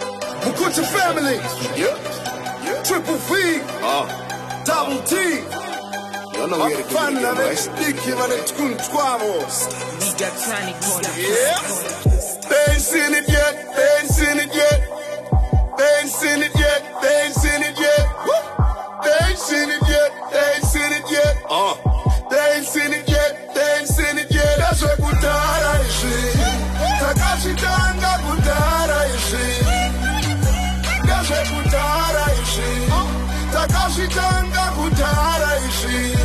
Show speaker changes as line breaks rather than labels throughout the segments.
Makucha family. Triple V. Double T.
Y'all know we had a good
Abafana
weekend, right?
besitiki banetunthwabo.
Nigga trying to call
Yeah. They ain't seen it yet. They ain't seen it yet. They ain't seen it yet. They ain't seen it yet. Woo. They ain't seen it yet. They ain't seen it yet. Uh. They ain't seen it yet. They ain't seen it yet. Ezwekudala izwi. Takasitanga kudala izwi. Ezwekudala izwi. Takasitanga kudala izwi.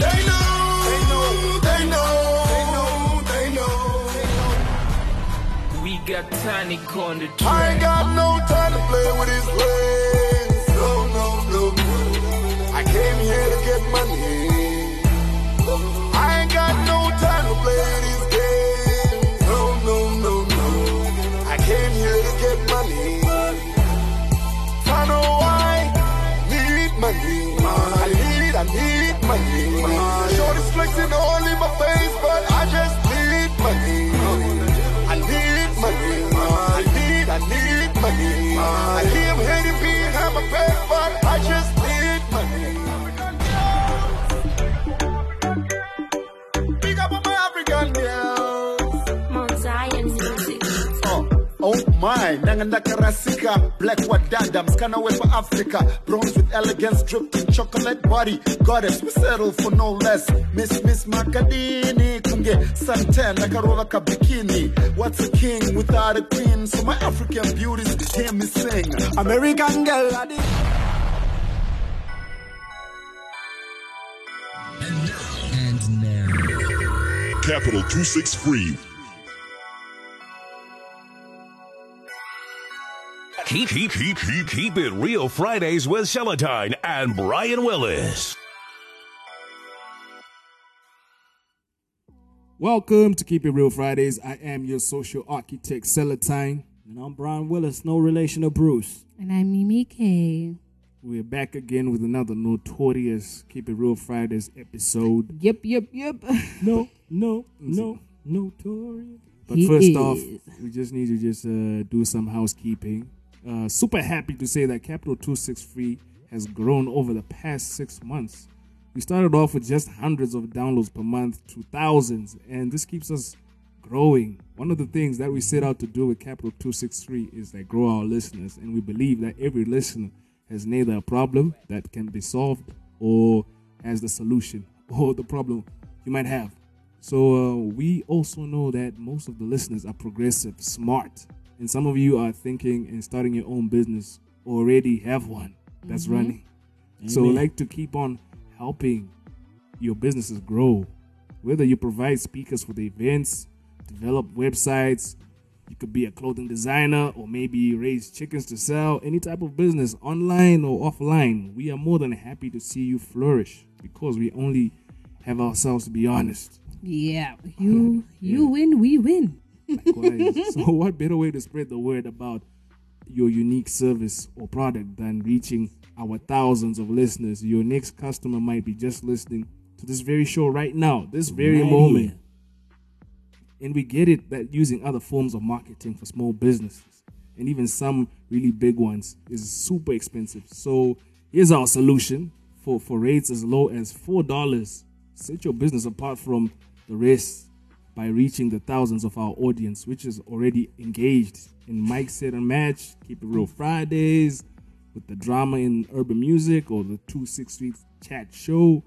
They know, they know, they know, they know, they know.
We got Tonic on the track.
I ain't got no time to play with his legs. No, no, no. I came here to get money. I ain't got no time to play these games. No, no, no, no. I came here to get money. I know I need money. I need, I need money. Shorty's flexing all in my face, but I just need money. I need money. I need, I need money. I live hating behind my back, but I just need money. Big up on my African girls.
Mount Zion music.
Oh my, Nangandakarasika, black wadada, mskana wepa Africa, bronze with elegance, dripped in chocolate body, goddess, we settle for no less. Miss Miss Makadini, kunge, santan, nakarova kabikini. What's a king without a queen? So my African beauties hear me sing. American girl, I did.
And now,
Capital 263.
Keep, keep, keep, keep, keep it real Fridays with Celatine and Brian Willis.
Welcome to Keep It Real Fridays. I am your social architect, Celatine.
And I'm Brian Willis, no relation to Bruce.
And I'm Mimi K.
We're back again with another notorious Keep It Real Fridays episode.
Yep, yep, yep.
No, no, no, notorious.
But
He
first
is.
off, we just need to just uh, do some housekeeping. Uh, super happy to say that Capital 263 has grown over the past six months. We started off with just hundreds of downloads per month to thousands, and this keeps us growing. One of the things that we set out to do with Capital 263 is that grow our listeners, and we believe that every listener has neither a problem that can be solved or has the solution or the problem you might have. So uh, we also know that most of the listeners are progressive, smart, and some of you are thinking and starting your own business or already have one that's running. So we
Amen.
like to keep on helping your businesses grow. Whether you provide speakers for the events, develop websites, you could be a clothing designer or maybe raise chickens to sell, any type of business online or offline. We are more than happy to see you flourish because we only have ourselves to be honest.
yeah, you you win, we win.
Likewise. so what better way to spread the word about your unique service or product than reaching our thousands of listeners your next customer might be just listening to this very show right now this very
Right
moment
here.
and we get it that using other forms of marketing for small businesses and even some really big ones is super expensive. So here's our solution for, for rates as low as four dollars. Set your business apart from the rest by reaching the thousands of our audience, which is already engaged in Mike Set and Match, Keep It Real Fridays, with the drama in urban music or the two six Street chat show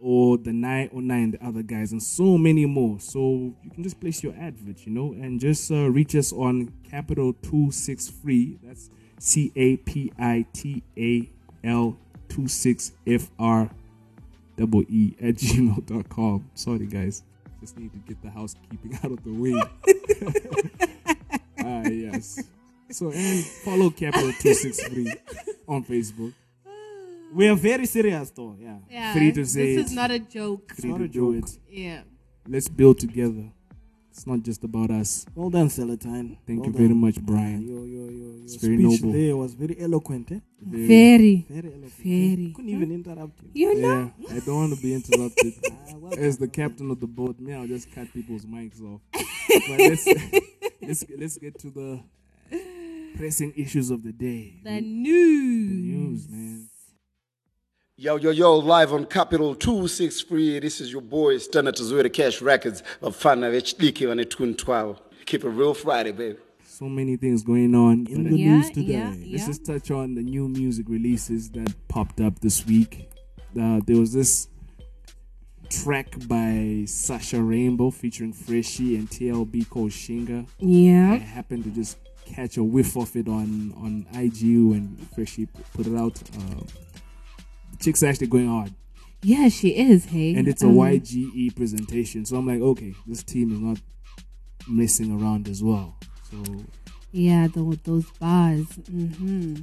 or the 909, the other guys, and so many more. So you can just place your advert, you know, and just uh, reach us on Capital 263. That's C A P I T A L 26 F R double E at gmail.com. Sorry, guys. Just need to get the housekeeping out of the way. Ah, yes. So, and follow Capital 263 on Facebook.
We are very serious, though. Yeah.
Yeah,
Free to say
This
it.
is not a joke.
Free
not
to
a
do
joke.
it.
Yeah.
Let's build together. It's not just about us.
Well done, Celatine.
Thank
Well
you very
done.
much, Brian.
Your, your, your, your
It's
speech
very noble.
there was very eloquent, eh?
Very.
Very eloquent.
Very.
Couldn't even interrupt you.
You know?
Yeah, I don't want to be interrupted.
Ah, well
As the
done, well
captain of the boat, me, I'll just cut people's mics off. But let's, let's let's get to the pressing issues of the day.
The news.
News, man.
Yo, yo, yo, live on Capital 263. This is your boy, Standard Tazwere Cash Records. Vafana vechidiki vane tune 12. Keep it real Friday, baby.
So many things going on
In
but
the
Yeah,
news today.
yeah, yeah.
Let's just touch on the new music releases that popped up this week. Uh, there was this track by Sasha Rainbow featuring Freshie and TLB called Shinga. I
Yeah.
happened to just catch a whiff of it on on IG when Freshie p- put it out. Um, the chick's actually going "Oh, hard,
Yeah, she is, hey.
and it's a
Um,
YGE presentation. So I'm like, okay, this team is not messing around as well. So
Yeah, tho- those bars. Mm-hmm.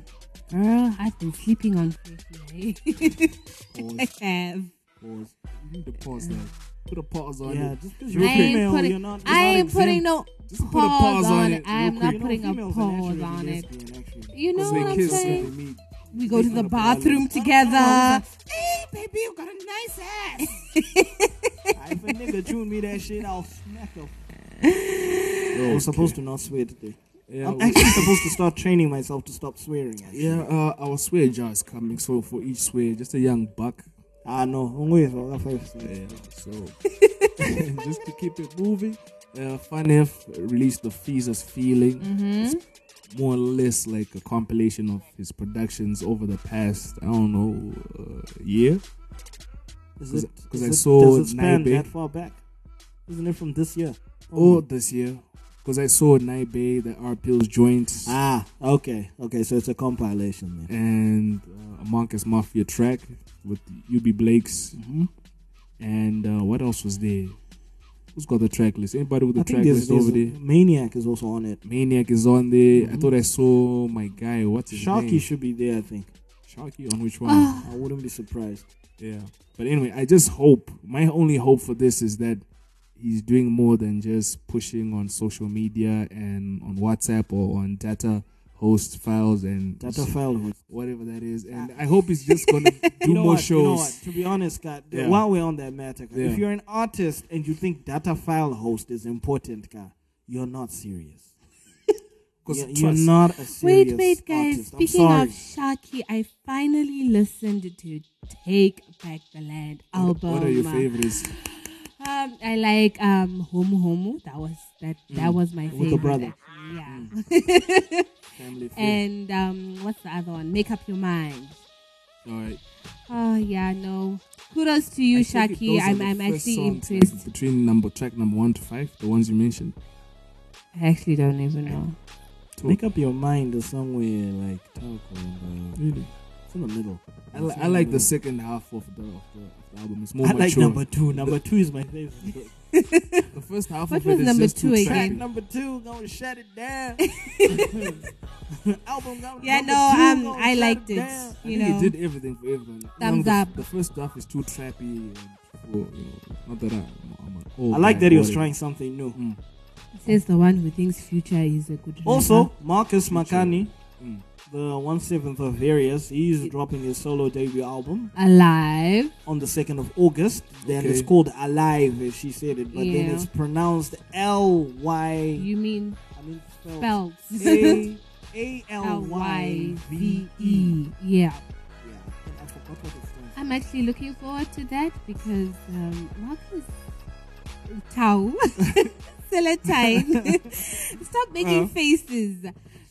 Girl, I've been sleeping on Freaky, hey. I have.
pause. You need to pause there. Put a pause on
Yeah,
it.
just 'cause
Real
you're
I ain't
female,
putting,
you're not- you're
I
not
ain't putting
exempt.
no
Just put a
pause,
pause on
on
it
it.
real
I'm
quick.
not putting a
females are
pause
naturally
on it.
lesbian, actually.
You know
they
what I'm
kiss when
saying?
they meet.
We go to the
not a problem.
bathroom together.
Hey, baby, you got a nice ass. if a nigga tune me that shit, I'll smack him. I'm supposed to not swear today.
oh, Yeah,
I'm
we-
actually supposed to start training myself to stop swearing. Actually.
yeah, uh, our swear jar is coming. So for each swear, just a young buck.
Ah, no. Always, well, that's why I said it.
Yeah, so just to keep it moving, uh, Funef released the Feezus Feeling.
Mm-hmm.
It's more or less like a compilation of his productions over the past, I don't know, uh, year.
Is
'Cause-
it-
'cause
is
I
it-
saw
Does it span
Naibe.
that far back? Isn't it from this year?
Oh, this year. Because I saw Naibe, the R Pills joint,
Ah, okay. Okay, so it's a compilation then.
and uh, a Monkus Mafia track with UB Blake's.
Mm-hmm.
And uh, what else was there? Who's got the track list? Anybody with the
I
track
think there's,
list
there's
over
a-
there?
Maniac is also on it.
Maniac is on there. I thought I saw my guy. What's his name?
Mm-hmm. Sharky should Ah. be there, I think.
Sharky on which one?
I wouldn't be surprised.
yeah. But anyway, I just hope. My only hope for this is that he's doing more than just pushing on social media and on WhatsApp or on data host files and
Data file was
whatever that is. And I hope he's just gonna do
You know
more
what,
shows.
You know what? To be honest, Scott,
Yeah.
while we're on that matter, Scott,
Yeah.
if you're an artist and you think data file host is important, Scott, you're not serious.
'Cause
You're, you're
trust-
not a serious
Wait, wait, guys.
artist. I'm
Speaking
sorry.
of Sharky, I finally listened to Take Back the Land
What-
album.
What are your favorites?
Um, I like um Homo Homo. That was that that
Mm.
was my favorite.
With the brother.
Yeah.
Family Feud.
and um, what's the other one? Make up your mind.
All right.
Oh yeah, no. Kudos to you,
I take it
Shaki.
those are
I'm
the
I'm
first
actually
songs
impressed.
Between number track number one to five, the ones you mentioned.
I actually don't even know.
Make up your mind is somewhere like Talco.
Really?
It's in the middle.
I, li- I like the second half of the, of the, of the album. It's more
I
mature.
like number two. Number two is my favorite.
The first half
What
of it
was
is
number
just
two
too
again?
Track
trappy.
number two, gonna shut it down. Album number
Yeah,
number
no,
two
um,
gonna
I
shut
liked it.
down.
You
I think
know,
he did everything for everyone. You
Thumbs
know, the,
up.
The first half is too trappy. And, well, you know, not that I'm, I'm an old
I like
guy,
that he was
but-
trying something new.
Mm.
says the one who thinks future is a good.
Also,
rapper.
Marcus Makani,
Mm.
the one seventh of Various, he's dropping his solo debut album
alive.
on the second of August. Then
Okay.
it's called Alive, as she said it, but then
Yeah.
it's pronounced L Y.
You mean
I mean, spelled
spelled
A A
L
L
Y
Y
V
V E.
E. Yeah.
Yeah, and I forgot what it stands. for.
I'm actually looking forward to that because um, Marcus Tau Celatine, stop making faces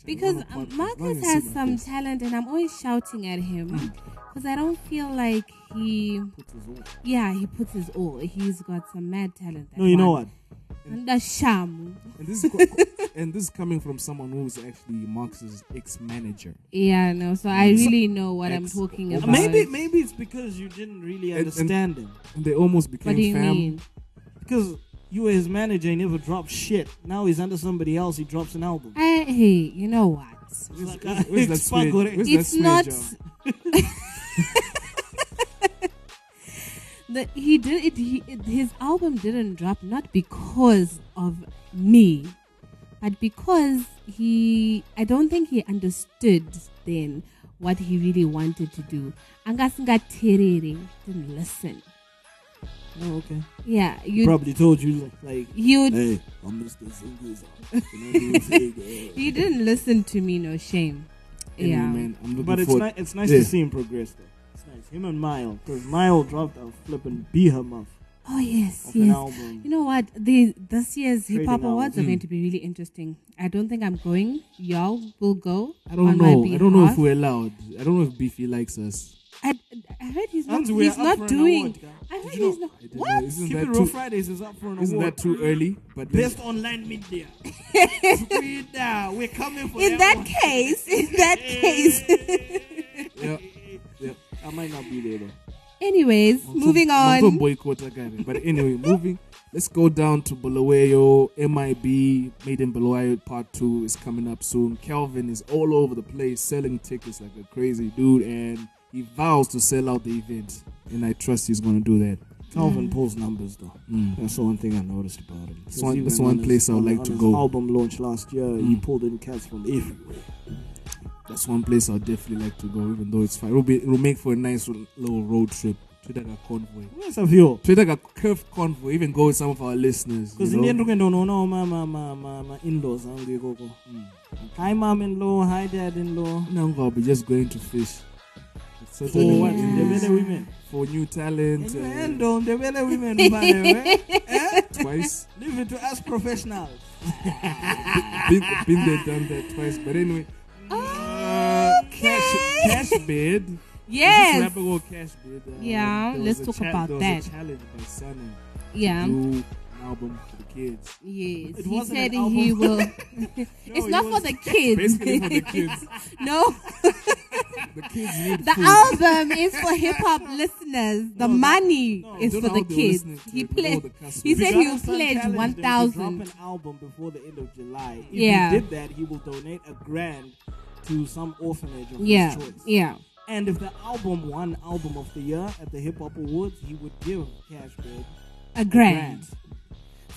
because um, Marcus has some talent, and I'm always shouting at him
Hmm.
because I don't feel like he. Yeah, he puts his all. He's got some mad talent. that
No, you know
one.
what?
And the sham.
And this, is co- and this is coming from someone who's actually Marx's ex-manager.
Yeah, no. So I really know what I'm
Ex-
talking
or
about.
Maybe maybe it's because you didn't really
And- and-
understand him
And they almost became
What do you
fam.
mean?
because you were his manager. He never dropped shit. Now he's under somebody else. He drops an album.
I, hey, you know what?
It's like,
Where's- where's that
it's
swear-
Pagore.
where's that
it's
swear
not.
jar?
the, he did it. He, it- his album didn't drop not because of me, but because he. I don't think he understood then what he really wanted to do. Angasinga terere didn't listen.
Oh, okay.
Yeah,
You
you
probably told you like
You-
Hey, I'm Mr. Singles. You know what I'm saying?
you didn't listen to me. No shame.
Anyway,
yeah,
man, I'm looking
but it's,
forward-
ni- it's nice
Yeah.
to see him progress, though. It's nice. Him and Mile, because Mile dropped a flipping behemoth.
Oh yes,
Of an
yes.
album.
You know what? The this year's hip
Trading
hop awards are
album.
going to be really interesting. I don't think I'm going. Y'all will go.
I don't
on my
know. I don't know if
behalf.
we're allowed. I don't know if Beefy likes us.
I, I heard he's not.
Auntie, we're
He's
up for
not
an
doing.
award, guy.
I heard
Did you
he's
know?
not.
I don't know.
What?
Isn't
Keep
that
it
too-
Real Fridays is up for an
Isn't
award.
that too early? But
Best online media. we, uh, we're coming for
In that
one.
case, in that case.
yeah, yeah. I might not be there though.
Anyways, moving
I'm from
on.
boycott again. But anyway, moving. Let's go down to Bulawayo. MIB Made in Bulawayo Part Two is coming up soon. Kelvin is all over the place selling tickets like a crazy dude, and he vows to sell out the event. And I trust he's going to do that.
Calvin pulls numbers though. That's the one thing I noticed about him.
That's one-
Even
that's one
his-
place I would
on-
like
on
to
his
go.
Album launch last year, he pulled in cats from everywhere.
That's one place I'd definitely like to go, even though it's far. It'll, be, it'll make for a nice r- little road trip. Twitter convoy.
Where's a few?
Twitter curve convoy. Even go with some of our listeners. you
Because in the
know?
end, okay, no, no, no, my, my, my, my, my in-laws, I'm going go. Hi, mom-in-law. Hi, dad-in-law.
Now I'll be just going to fish. For
For what? Ndebele women.
For new talent.
You
uh,
handle Ndebele women, man. eh?
twice.
Leave it to us professionals.
been, been there, done that twice. But anyway, uh,
Okay.
cash, cash bid. Is this
Yes.
rapper called cash bid? Uh,
Yeah,
there was
let's
a
talk
cha-
about
there
that.
Was a challenge by Sunny
Yeah.
to do an album for the kids.
Yes,
It
he
wasn't
said
an album.
he will.
No,
it's not
it
for
was
the kids.
Basically for the kids.
no,
The kids need
the
food.
album is for hip hop listeners. The money
no,
is
don't
for
know
the
how they were
kids.
listening to
He
it with all
played.
the cuss
He
words.
said
Ghana
he'll
Sun
pledge
challenged
one
him to
thousand.
Drop an album before the end of July. If
Yeah.
he did that, he will donate a grand to some orphanage of
Yeah,
his choice.
yeah.
And if the album won album of the year at the Hip Hop Awards, he would give Cash Bird
A
a
grand.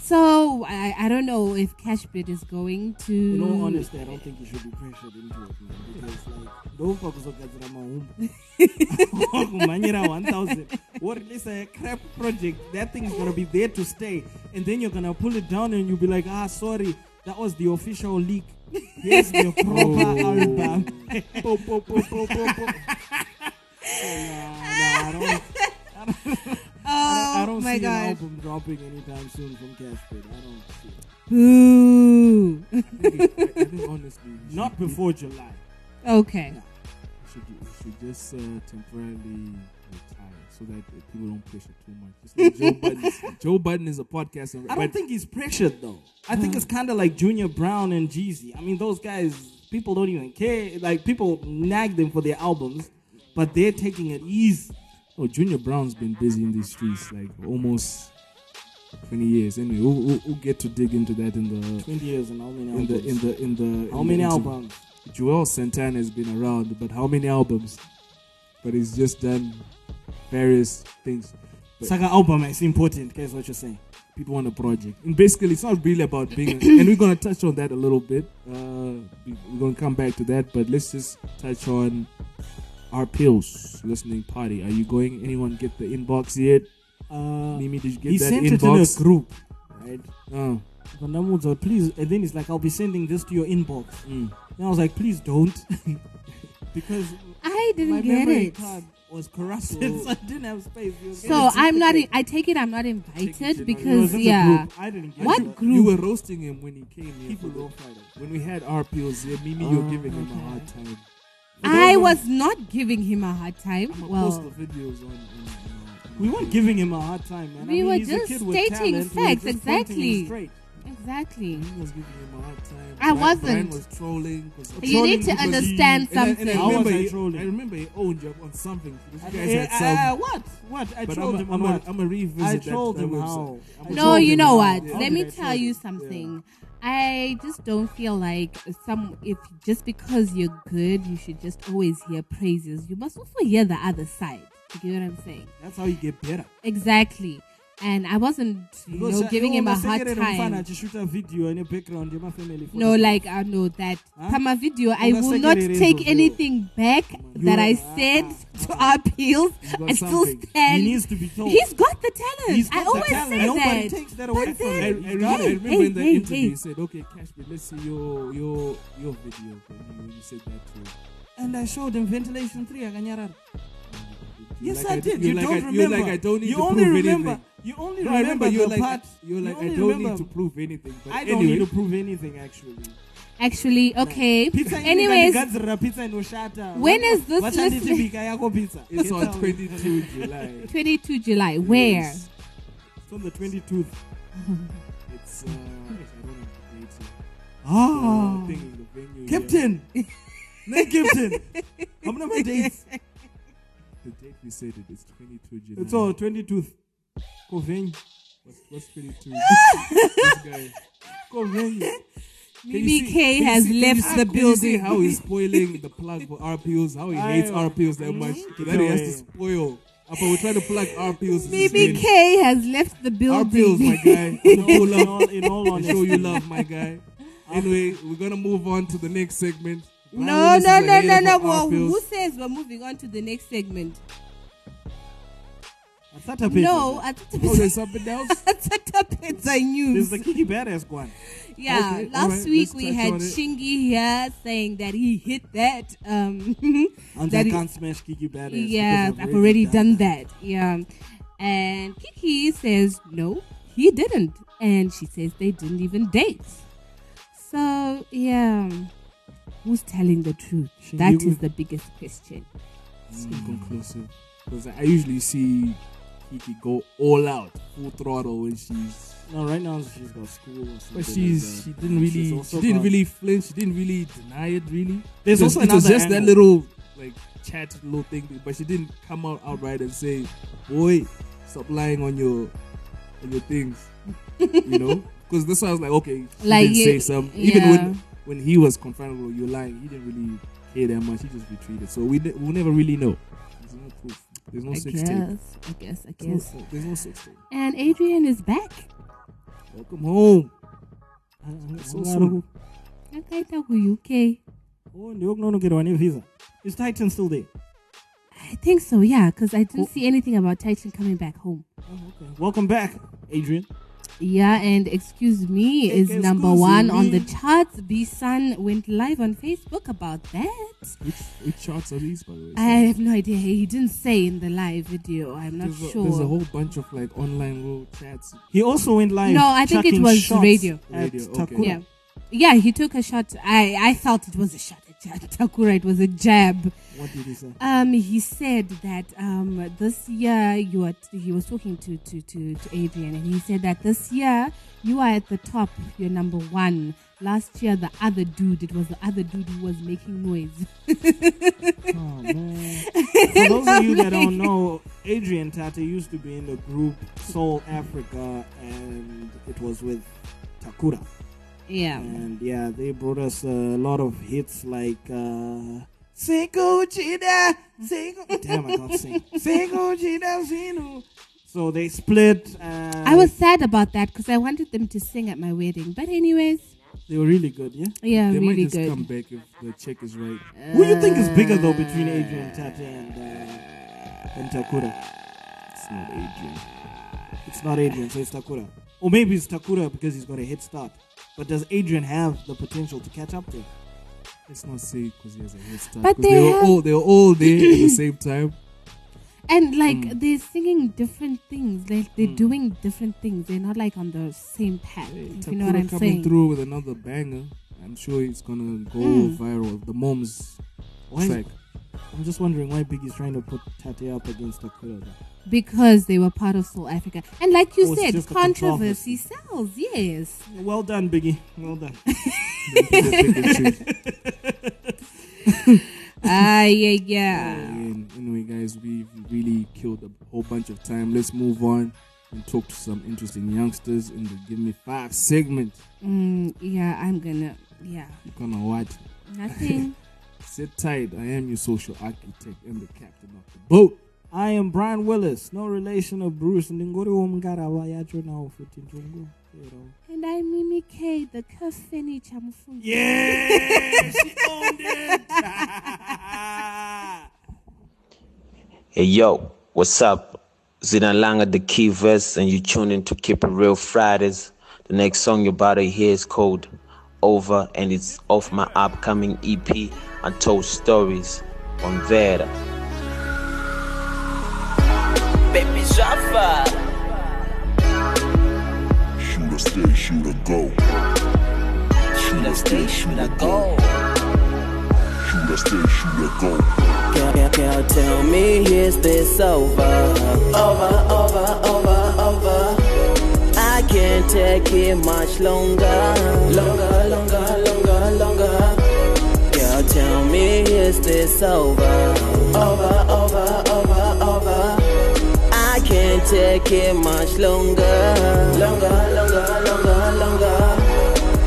So I, I don't know if Cashbit is going to.
In all honesty, I don't think you should be pressured into it, man. Because like, no focus on Gazira Mahumbu. Manira 1000. Or at least a crap project. That thing's gonna be there to stay. And then you're gonna pull it down and you'll be like, ah, sorry, that was the official leak. Here's the proper
Oh.
album. Po, po, po, po, po, po. So, Oh, nah, nah, I don't,
Oh
I don't
my
see
god!
an album dropping anytime soon from Cashpit. I don't see it.
Boo.
I think, I think honestly, we should-
Mm.
Not before July.
okay.
we should, we should just uh, temporarily retire so that uh, people don't push it too much. Just like Joe Budden. Joe Budden is a podcaster.
I
but-
don't think he's pressured though. I think it's kind of like Junior Brown and Jeezy. I mean, those guys, people don't even care. Like people nag them for their albums, but they're taking it easy.
Oh, Junior Brown's been busy in these streets like almost 20 years. Anyway, we'll, we'll, we'll get to dig into that in the
Twenty years and how many
in
albums?
the in the in the.
how
in
many
the interview.
albums?
Joel Santana has been around, but how many albums? But he's just done various things. But
Saka album is important. Guys, what you're saying?
people want a project, and basically, it's not really about being. and we're gonna touch on that a little bit. Uh, we- we're gonna come back to that, but let's just touch on our pills listening party. Are you going? Anyone get the inbox yet?
Uh,
Mimi, did you get
he
that
sent it in a
inbox?
group, Ah. right?
Oh,
But Namuzwa, please. And then he's like, "I'll be sending this to your inbox."
mm.
And I was like, "Please don't," because
I didn't
my
get
memory
it.
card was corrupted, so I didn't have space. It was
So I'm not.
insignificant.
I take it I'm not invited
It was
because
in the
yeah.
group. I didn't get
What
it.
group?
You were roasting him when he came here.
People
for the-
go Friday.
when we had our pills here, Mimi, you
Oh,
were giving him a hard time.
I was not giving him a hard time.
I'm gonna post
well,
the videos on. on, on- on
We weren't giving him a hard time, man. I
We
mean,
were
he's a
just
kid with
stating
talent. We were
facts,
just pointing him
exactly.
straight.
exactly.
Mimi was giving him a hard
I
time. Brian-
wasn't.
Brian was trolling. 'cause-
You need to
because he-
understand
and I- and I,
something.
How was
remember
I
he-
trolling?
I remember he owned you up on something. You
I-
guys
eh,
had some.
uh, what? What? I
but
told
I'm
him.
a, I'm a,
what?
I'm a revisit
I
that-
told
that
him
website.
how.
I'm
I
No,
told
you
him
know
how.
what?
How
Let
did I
me
tell
tell
him?
you something. I just don't feel like some if just because you're good, you should just always hear praises. You must also hear the other side. You get what I'm saying?
That's how you get better.
Exactly. and I wasn't you know,
Because,
giving
eh,
him a hard
umasekere mufana
time.
achishuta video ine background yemafamily
No, like I know that
Huh?
Pama video, I will
Umasekere
not
rero,
take
bro.
anything back that I said to our appeals.
got
I still
something.
stand.
He needs to be told.
He's got the talent.
He's got
I
the
always
talent.
say
Nobody
that.
takes that
But
away from
then-
him.
I, I
Hey,
remember, I
hey,
remember in the
hey,
interview
hey.
you said, "Okay, Cashby, let's see your your your video." Bro. You, you said that too.
and i showed him ventilation 3 akanyarara
You're
yes
like,
i did
you're
you
like,
don't
I-
remember
You're like, I don't need
you
to
only
prove
remember
anything.
you only
No, I
remember,
remember you're
the
like,
part
you're
you
like, I
only
don't
remember-
need to prove anything. But
i don't
anyway,
need to prove anything actually
Actually, okay.
pizza
Anyways,
inegadzirira pizza inoshata
when is this
wachanditi
listen-
bika yako pizza
it's
Get
on
out.
22 July.
22 July. Where?
Yes.
It's on the 22th
It's uh, I don't know the date.
ah
The thing is, the venue is-
captain ne captain hamuna madates
The date you said it is 22 July.
it's on 22th kovhenyu
What's, what's 22? this guy.
kovhenyu
Can you
Mimi K
see- can you
has
see- can
left
you see-
the
can you see
building.
how he's spoiling the plug for RPOs, how he hates
Ayo.
RPOs that much. That he has to spoil. Apa, we're trying to plug RPOs.
Maybe K has left the
RPOs,
building.
my guy. We
In
show
all- in
love.
all- in all
We show you
honesty.
love, my guy. Anyway, we're going to move on to the next segment.
No, no, no, no, no. Well,
Well,
who says we're moving on to the next segment?
Asatapedza.
No, I
Oh, there's something else?
Pizza
There's
news.
the Kiki Badass one.
Yeah,
okay,
last
alright,
week
let's
we
touch
had
on it.
Shingy here saying that he hit that. Um,
And
that
I
he-
can't smash Kiki Badass. because
yeah, I've already done that. Yeah, and Kiki says no, he didn't, and she says they didn't even date. So yeah, who's telling the truth?
Shingy
that
would-
is the biggest question.
Oh, It's inconclusive. Because I usually see Kiki go all out, full throttle when she's
No, right now she's got school. Or something
But
like
she's
that.
she didn't really
uh, She's also
she didn't
got-
really flinch. She didn't really deny it. Really,
There's
it was,
also
it was
another
just that
angle.
little like chat little thing, but she didn't come out outright and say, "Boy, stop lying on your on your things," you know. Because this one I was like, okay, she
Like
didn't
you-
say something. Even
yeah.
when when he was confronted with you're lying, he didn't really care that much. He just retreated. So we ne- we'll never really know. There's no proof. There's no
I
sex
guess,
tape.
I guess, I
There's
guess.
no, there's no sex tape.
And Adrian is back.
Welcome home.
So
So soon.
Akaita ku UK.
Oh, ndiokunonokerwa nevisa. Is Titan still there?
Oh,
I think so, yeah, because I didn't see anything about Titan coming back home.
Welcome back, Adrian.
Yeah, and Excuse Me is
Excuse
number one on the
Me.
charts. B Sun went live on Facebook about that.
Which, which charts are these, by the way?
I have no idea. He didn't say in the live video. I'm not
there's a,
sure.
There's a whole bunch of like online world chats.
He also went live.
No, I think it
chucking
was
shots
radio.
At
Radio, okay.
Takura.
yeah. Yeah, he took a shot. I, I felt it was a shot at Ja- Takura. It was a jab.
What did he say?
Um, he said that um, this year you are he was talking to, to, to, to Adrian and he said that this year you are at the top, you're number one. Last year the other dude, it was the other dude who was making noise.
Oh, man. For those of you that don't know, Adrian Tate used to be in the group Soul Africa, and it was with Takura.
Oh, Yeah.
And yeah, they brought us a lot of hits like uh, Single Chida, Single. Damn, I can't sing. Single Chida, Sinu. So they split. Uh,
I was sad about that because I wanted them to sing at my wedding. But anyways,
They were really good, yeah?
yeah,
they might
really
just
good.
come back if the check is right. Uh,
Who do you think is bigger, though, between Adrian Tate and, uh, and Takura?
It's not Adrian.
It's not Adrian, so it's Takura. Or maybe it's Takura because he's got a head start. But does Adrian have the potential to catch up to him?
Let's not say because he has a head start.
But
'cause
they
they were
have-
all they were all there at the same time.
And like
Mm.
they're singing different things, like they're doing different things. They're not like on the same path. if you know what
Takura
I'm
coming
saying.
through with another banger. I'm sure it's gonna go viral. The mom's
Hmm. Why is-
track.
I'm just wondering why Biggie's trying to put Tate up against Takura. Though.
because they were part of South Africa. And like
Oh,
you
it's
said,
just a
controversy sells, yes.
Well done, Biggie. Well done.
Ah, yeah, yeah.
And anyway, guys, we've really killed a whole bunch of time. Let's move on and talk to some interesting youngsters in the Give Me Five segment.
Mm, yeah, I'm gonna, yeah.
You gonna what?
Nothing.
Sit tight. I am your social architect and the captain of the boat.
I I am Brian Willis, no relation of Bruce. Ndingoriwo mungarawa yacho nawo futi nzvongo.
And I Mimi K, the cuff furniture mufungi.
Yeah, she owned it.
Hey yo, what's up? Zinalanga the key verse, and you tune in to Keep It Real Fridays. The next song you're about to hear is called Over, and it's off my upcoming EP, Untold Stories, on Vera.
Baby Java.
Shoot or stay, shoot or go. Shoot or stay, shoot or go. Shoot or stay, shoot or go.
Girl, girl, girl, tell me, is this over? Over, over, over, over. I can't take it much longer. Longer, longer, longer, longer. Girl, tell me, is this over? Over, over, over, over. I can't take it much longer. Longer, longer, longer, longer.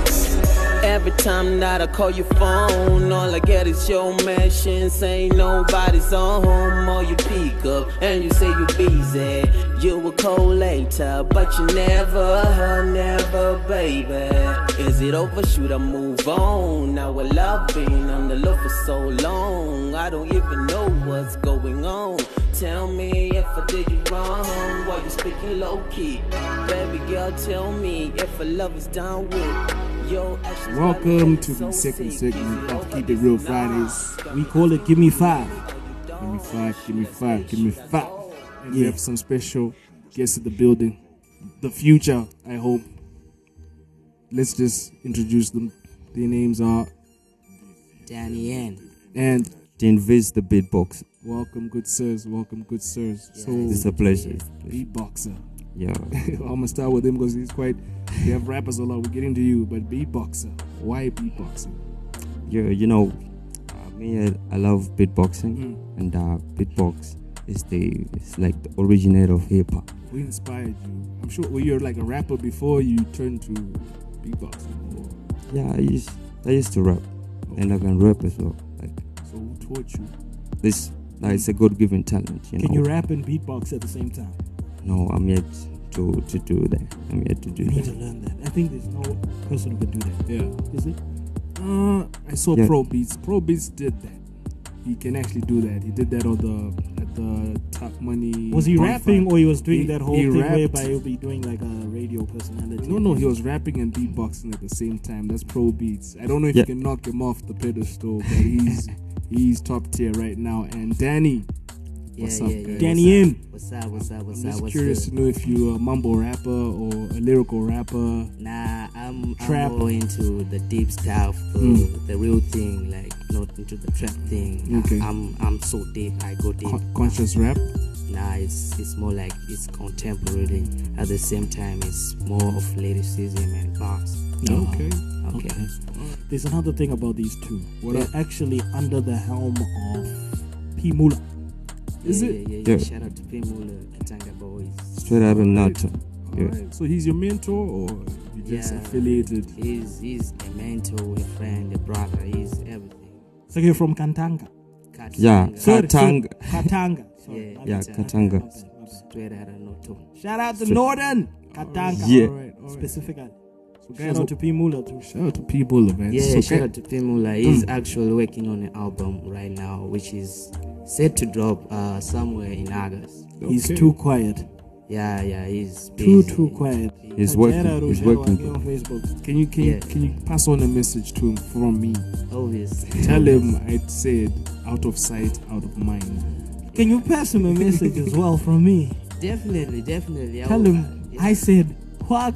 Every time that I call your phone, all I get is your mentions. Ain't nobody's on home, or you pick up and you say you're busy. You will call later, but you never, never, baby. Is it over? Should I move on? Now I love being on the low for so long. I don't even know what's going on. Tell me if I did you wrong. Why you speaking low key? Baby girl, tell me if a love is down with your actions.
Welcome to the second segment of Keep It Real Fridays. We call it Give Me Five. Give me five, give me five, give me five. And we
Yeah.
have some special guests in the building. The future, I hope. Let's just introduce them. Their names are
Danny N.
and
The Invis the Beatbox.
Welcome, good sirs. Welcome, good sirs. So
It's a pleasure.
Beatboxer.
Yeah.
I'm gonna start with him because he's quite. We have rappers a lot. We're getting to you, but beatboxer. Why beatboxing?
Yeah, you know, uh, me, I, I love beatboxing, and uh, beatbox is the it's like the originator of hip hop.
Who inspired you? I'm sure well, you were like a rapper before you turned to beatboxing. Or-
Yeah, I used I used to rap, and I can rap as well. Like
So who taught you?
this, like, it's a God given talent. You know.
Can you rap and beatbox at the same time?
No, I'm yet to to do that. I'm yet to do
You need to
that.
learn that. I think there's no person who can do that.
Yeah.
Is it?
Uh, I saw
Yeah.
Pro Beats. Pro Beats did that. He can actually do that. He did that on the at the Top Money.
Was he
bonfire.
rapping or he was doing that whole
he
thing
rapped.
whereby he'll be doing like a radio personality?
No, no, he was rapping and beatboxing at the same time. That's Pro Beats. I don't know if
Yeah.
you can knock him off the pedestal, but he's he's top tier right now. And Danny, what's
Yeah,
up,
yeah, yeah.
guys?
Danny in. What's up? What's up? What's
I'm just
up? What's
curious
good?
to know if you a mumble rapper or a lyrical rapper.
Nah, I'm,
Trap.
I'm more into the deep stuff, the,
Hmm.
Mm.
the real thing, like not into the trap thing.
Okay.
I'm I'm so deep, I go deep.
Con- conscious rap.
Nah, it's it's more like it's contemporary. At the same time, it's more of lyricism and bars. Uh,
Okay.
Okay.
There's another thing about these two.
What
They're
up?
actually under the helm of P. Mula.
Is
yeah,
it?
Yeah, yeah,
Yeah.
yeah. Shout out to Pimula, Katanga Boys.
Straight out of Nato. Yeah.
Alright, So he's your mentor, or you just
Yeah.
affiliated?
He's he's a mentor, a friend, a brother. He's everything.
So you're from Kantanga.
Katanga.
Yeah,
Sorry, sorry,
Katanga.
Katanga. Sorry, my
Yeah,
bad.
Katanga.
My bad, my bad.
Straight out of Noto.
Shout out to
Straight-
Northern Katanga.
Yeah.
Alright, alright.
Specifically.
guys,
Shout out to P. Mula too.
Shout out to people, man.
Yeah,
So,
shout
guy-
out to Pimula. He's
Mm.
actually working on an album right now, which is set to drop uh, somewhere in August.
He's
Okay.
too quiet.
Yeah, yeah, he's
Too,
busy.
too quiet.
He's
Kajera
working. He's
Rujero
working.
Wagi on Facebook.
Can you can you,
Yeah.
can you pass on a message to him from me?
Always.
Tell him I said out of sight, out of mind.
Can you pass him a message as well from me?
Definitely, definitely. I
Tell
will-
him I said,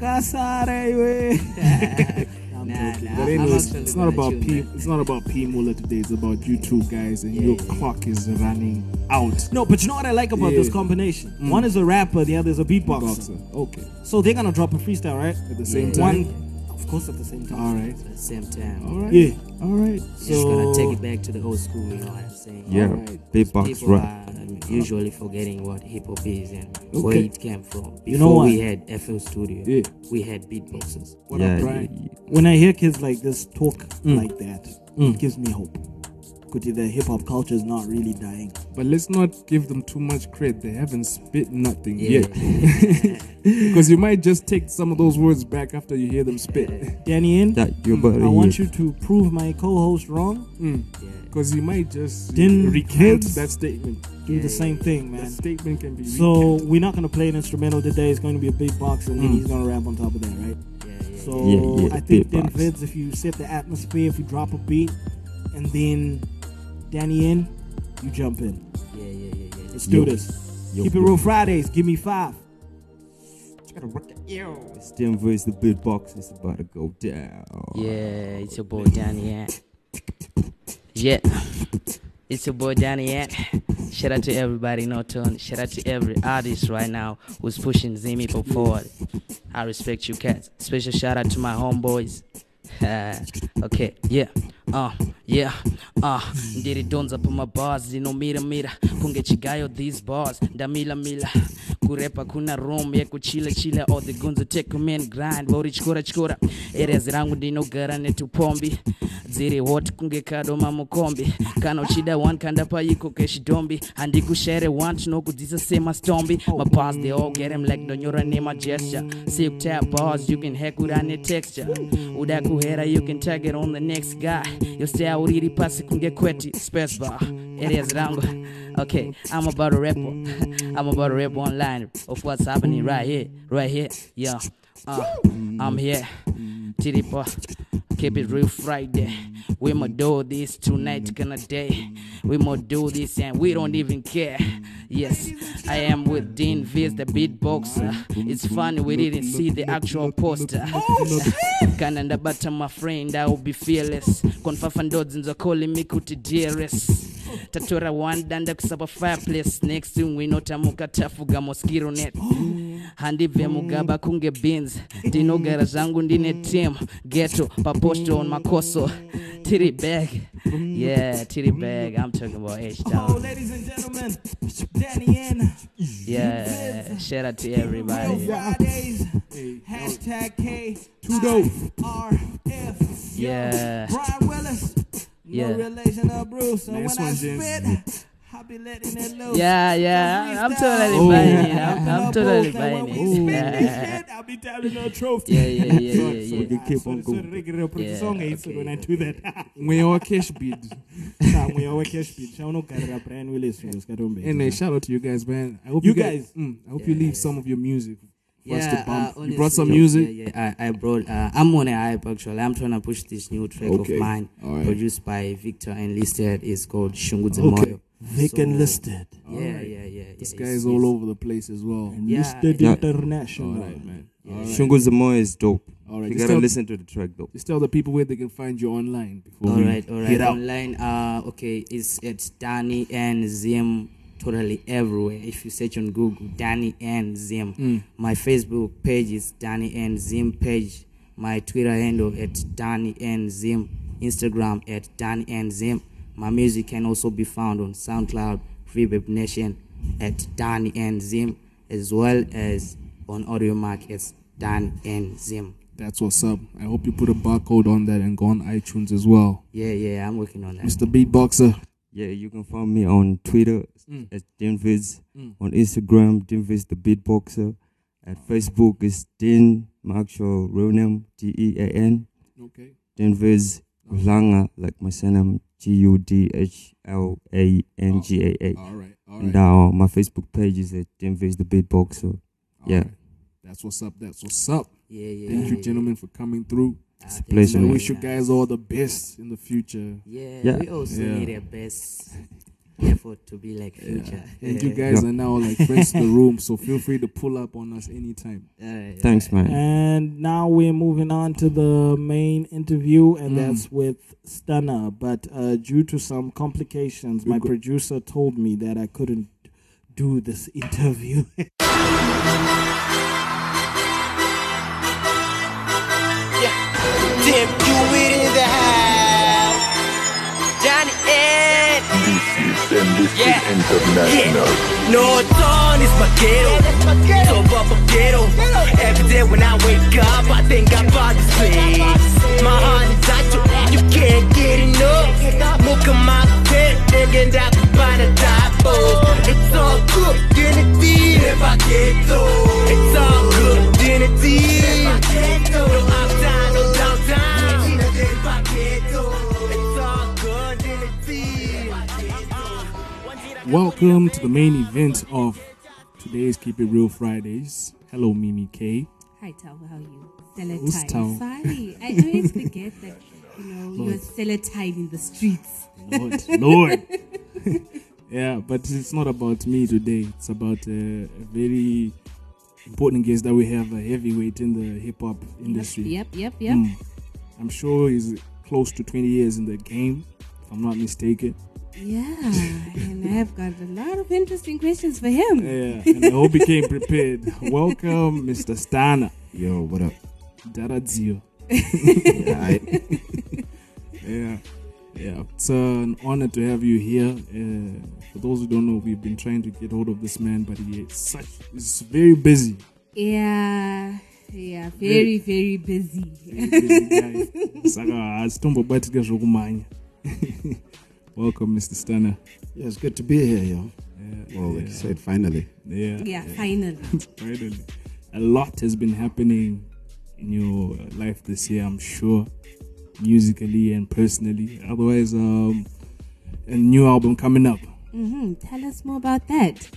Wakasare we." I'm
Nah,
joking.
nah,
But
I'm
anyways,
actually
it's not
gonna
about
chill,
P.
man.
It's not about P Muller today. It's about you two guys, and
Yeah,
your
yeah, yeah.
clock is running out.
No, but you know what I like about
Yeah.
this combination?
Mm.
One is a rapper, the other is a beatboxer.
Boxer. Okay.
So they're gonna drop a freestyle, right?
At the same
Yeah.
time.
One, of course, at the same time.
All right.
At the same time.
All right.
Yeah.
All right.
Just gonna
So-
take it back to the old school, you know what I'm saying?
Yeah,
Alright.
beatbox
People
rap.
are um, usually forgetting what hip hop is and where
Okay.
it came from. Before
You know
we
what?
had FL Studio,
Yeah.
we had beatboxers.
What
yeah,
up, Brian?
y-
When I hear kids like this talk
Mm.
like that,
Mm.
it gives me hope. Kuti, the hip hop culture is not really dying.
But let's not give them too much credit. They haven't spit nothing
Yeah.
yet. because you might just take some of those words back after you hear them spit.
Danny, in
That you
Mm. I
better
want
hear.
you to prove my co-host wrong.
Because Hmm. you might just
Then
recant
let's
that statement.
Do the same thing, man.
That statement can be
So we're not gonna play an instrumental today. It's going to be a beatbox, and then
Mm.
he's gonna rap on top of that, right? So
Yeah, yeah,
I think then
beatbox.
Vids, if you set the atmosphere, if you drop a beat, and then Danny in, you jump in.
Yeah, yeah, yeah, yeah.
Let's
Yo.
do this.
Yo,
Keep it
yo.
real Fridays. Give me five.
It's Denver, it's the beatbox, it's about to go down.
Yeah, it's your boy Danny Ant. Yeah, it's your boy Danny Ant. Shout out to everybody in Norton. Shout out to every artist right now who's pushing Zimi Pop forward. I respect you cats. Special shout out to my homeboys. okay, yeah, uh, yeah, uh, ndiridonza pamabars ndinomiramira kunge chigayo these bars ndamilamila kurepa kuna room yekuchilachila all the gunzo tekumen grind vauri chikora chikora erezi rangu ndinogara netupombi dziri hot kunge kadoma mukombi kana uchida one kanda paiko keshidombi handikushaire one tinokudzisa semastombi mapas they all get him like donyora nemagesture silk tap bars you can hack urane texture uda kuhera you can tag it on the next guy yostea uriri pasi kunge kweti space bar areas rangu okay i'm about to rap i'm about to rap one line of what's happening right here right here yeah uh, i'm here tiripa Keep it real Friday. We mo do this tonight, gonna day. We mo do this and we don't even care. Yes, I am with Dean Viz, the beatboxer. It's funny we didn't see the actual poster. Kana ndabata my friend, I will be fearless. Konfafa ndodzi nzokoli me kuti dearest. Tatora one danda kusapa fireplace. Next thing we know tamuka tafuga mosquito net. handibve mugaba kunge beans ndinogara zvangu ndine tim geto paposton makoso tiri bag yeah tiri bag i'm talking about h
Oh,
town
ladies and gentlemen, Danny in.
yeah shout out to everybody
Fridays. Hashtag K. Too dope. R F.
yeah
Brian Willis. No
Yeah.
relation of Bruce. So
Nice
when I
one, James.
spit, I'll be letting it loose.
yeah yeah i'm
Freestyle.
totally buying it i'm, I'm totally buying it Yeah.
I'll be telling no truth.
yeah yeah yeah yeah,
Sorry, sorry.
yeah.
Ah, sorry, sorry, regular producer
Yeah,
song, I hate it when I do that.
Mweyawa cash bid.
Nah, mweyawa cash bid. Shaunogarira Brian Willis, Skadombe.
And uh, shout out to you guys, man. I hope
You
you,
guys.
mm, I hope you leave some of your music for us to
Yeah,
bump.
uh,
you brought some
honestly,
music.
Yeah, yeah, I, I brought. Uh, I'm on a hype actually. I'm trying to push this new track
Okay,
of mine,
alright.
produced by Victor and Listed. It's called Shungu
Okay.
Zemoyo.
Vic and Listed.
Yeah,
Alright.
yeah, yeah, yeah.
This
It's-
guy
it's-
is all over the place as well.
Yeah,
Listed
yeah.
International.
All right, man. All right.
Shungo Zamoy is dope.
All right,
You
just
gotta
tell-
listen to the track though.
Just tell the people where they can find you online before
All
we
right, all right.
head out.
Online, uh, okay, it's it's Danny and Zim totally everywhere. If you search on Google, Danny and Zim.
Mm.
My Facebook page is Danny and Zim page. My Twitter handle at Danny and Zim. Instagram at Danny and Zim. My music can also be found on SoundCloud, Reverb Nation at Danny and Zim, as well as on Audio Mark as Danny and Zim.
That's what's up. I hope you put a barcode on that and go on iTunes as well.
Yeah, yeah, I'm working on that.
Mr. Beatboxer.
Yeah, you can find me on Twitter
Mm.
at Denviz,
Mm.
on Instagram, Denviz the Beatboxer, at Facebook is Den, my actual real name, D E A N.
Okay.
Denviz Langa, like my surname, G U D H L A N G A A.
All right, all
And
right.
uh, my Facebook page is at Denviz the Beatboxer. yeah.
That's what's up. That's what's up.
Yeah, yeah.
Thank you, gentlemen, for coming through. It's
a pleasure,
I
man.
wish you guys all the best in the future.
Yeah,
Yeah.
we also
Yeah.
need a best effort to be like future.
And you guys
Yeah.
are now like friends in the room, so feel free to pull up on us anytime.
Thanks, man.
And now we're moving on to the main interview, and
Mm.
that's with Stunner. But uh, due to some complications, my
We've got-
producer told me that I couldn't do this interview.
Damn, you it in the house. Johnny Ed. Yeah.
International.
Norton is my ghetto. So proper ghetto. Every day when I wake up, I think I'm about to sleep. My heart is out to you can't get enough. Look at my
Welcome to the main event of today's Keep It Real Fridays. Hello, Mimi K.
Hi, Tao. How are you? Celatine.
Who's Tao?
Sorry. I always forget that, you know, you're
Lord.
celatine in the streets.
Lord, Lord. yeah, but it's not about me today. It's about uh, a very important guest that we have, a heavyweight in the hip hop industry.
Yep, yep, yep.
Mm. I'm sure he's close to 20 years in the game, if I'm not mistaken.
Yeah. and I have got a lot of interesting questions for him.
Yeah, and I hope he came prepared. Welcome, Mr. Stana.
Yo, what up?
Darazio.
Yeah,
yeah, yeah. It's an honor to have you here. Uh, for those who don't know, we've been trying to get hold of this man, but he is such he's very busy.
Yeah. Yeah. Very, very busy.
Saka asitombobatika zvokumhanya. Welcome, Mr. Stana.
Yeah, it's good to be here, yo. well, like you
yeah.
said, finally.
Yeah.
yeah, finally.
Finally. A lot has been happening in your life this year, I'm sure, musically and personally. Otherwise, um, a new album coming up.
hmm Tell us more about that.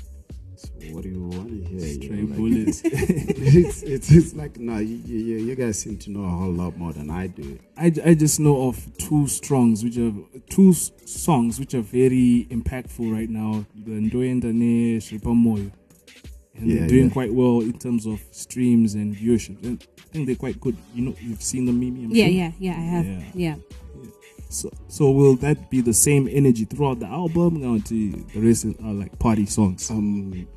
What do you want to hear? yo?
Stray
Like,
bullets.
it's, it's, it's like, no, you, you, you you guys seem to know a whole lot more than I do.
I, I just know of two strongs which are two s- songs which are very impactful right now. The Ndoyenda ne Shripa Moyo. And
Yeah,
they're doing
yeah.
quite well in terms of streams and viewership. And I think they're quite good. You know, you've seen the meme. I'm
yeah,
sure?
yeah, yeah, I have. Yeah.
So, so will that be the same energy throughout the album or to the rest of, are like party songs?
Um,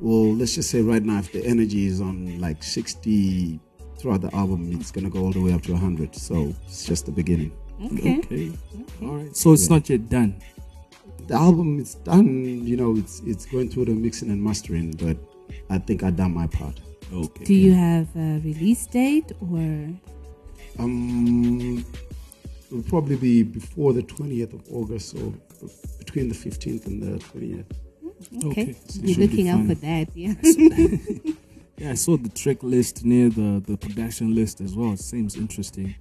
well, let's just say right now, if the energy is on like 60 throughout the album, it's going to go all the way up to 100. So it's just the beginning.
Okay. All right. So it's
Yeah.
not yet done.
The album is done, you know, it's, it's going through the mixing and mastering, but I think i done my part.
Okay.
Do you have a release date or
Um, it'll probably be before the 20th of August, so b- between the 15th and the 20th.
Okay.
Okay, so it
You're
should be
looking out
fine.
for that, yeah.
Yeah, I saw the track list near the, the production list as well. It seems interesting.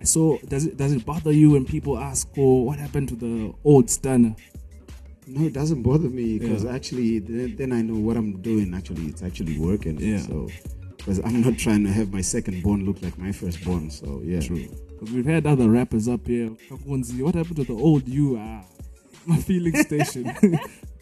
I saw. Does it does it bother you when people ask, "Oh, what happened to the old stunner?"
No, it doesn't bother me because
Yeah.
actually, then, then I know what I'm doing. Actually, it's actually working.
Yeah.
So, because I'm not trying to have my second born look like my first born. So yeah.
True. Because we've had other rappers up here. Kakunzi, what happened to the old you? Ah, my feeling station.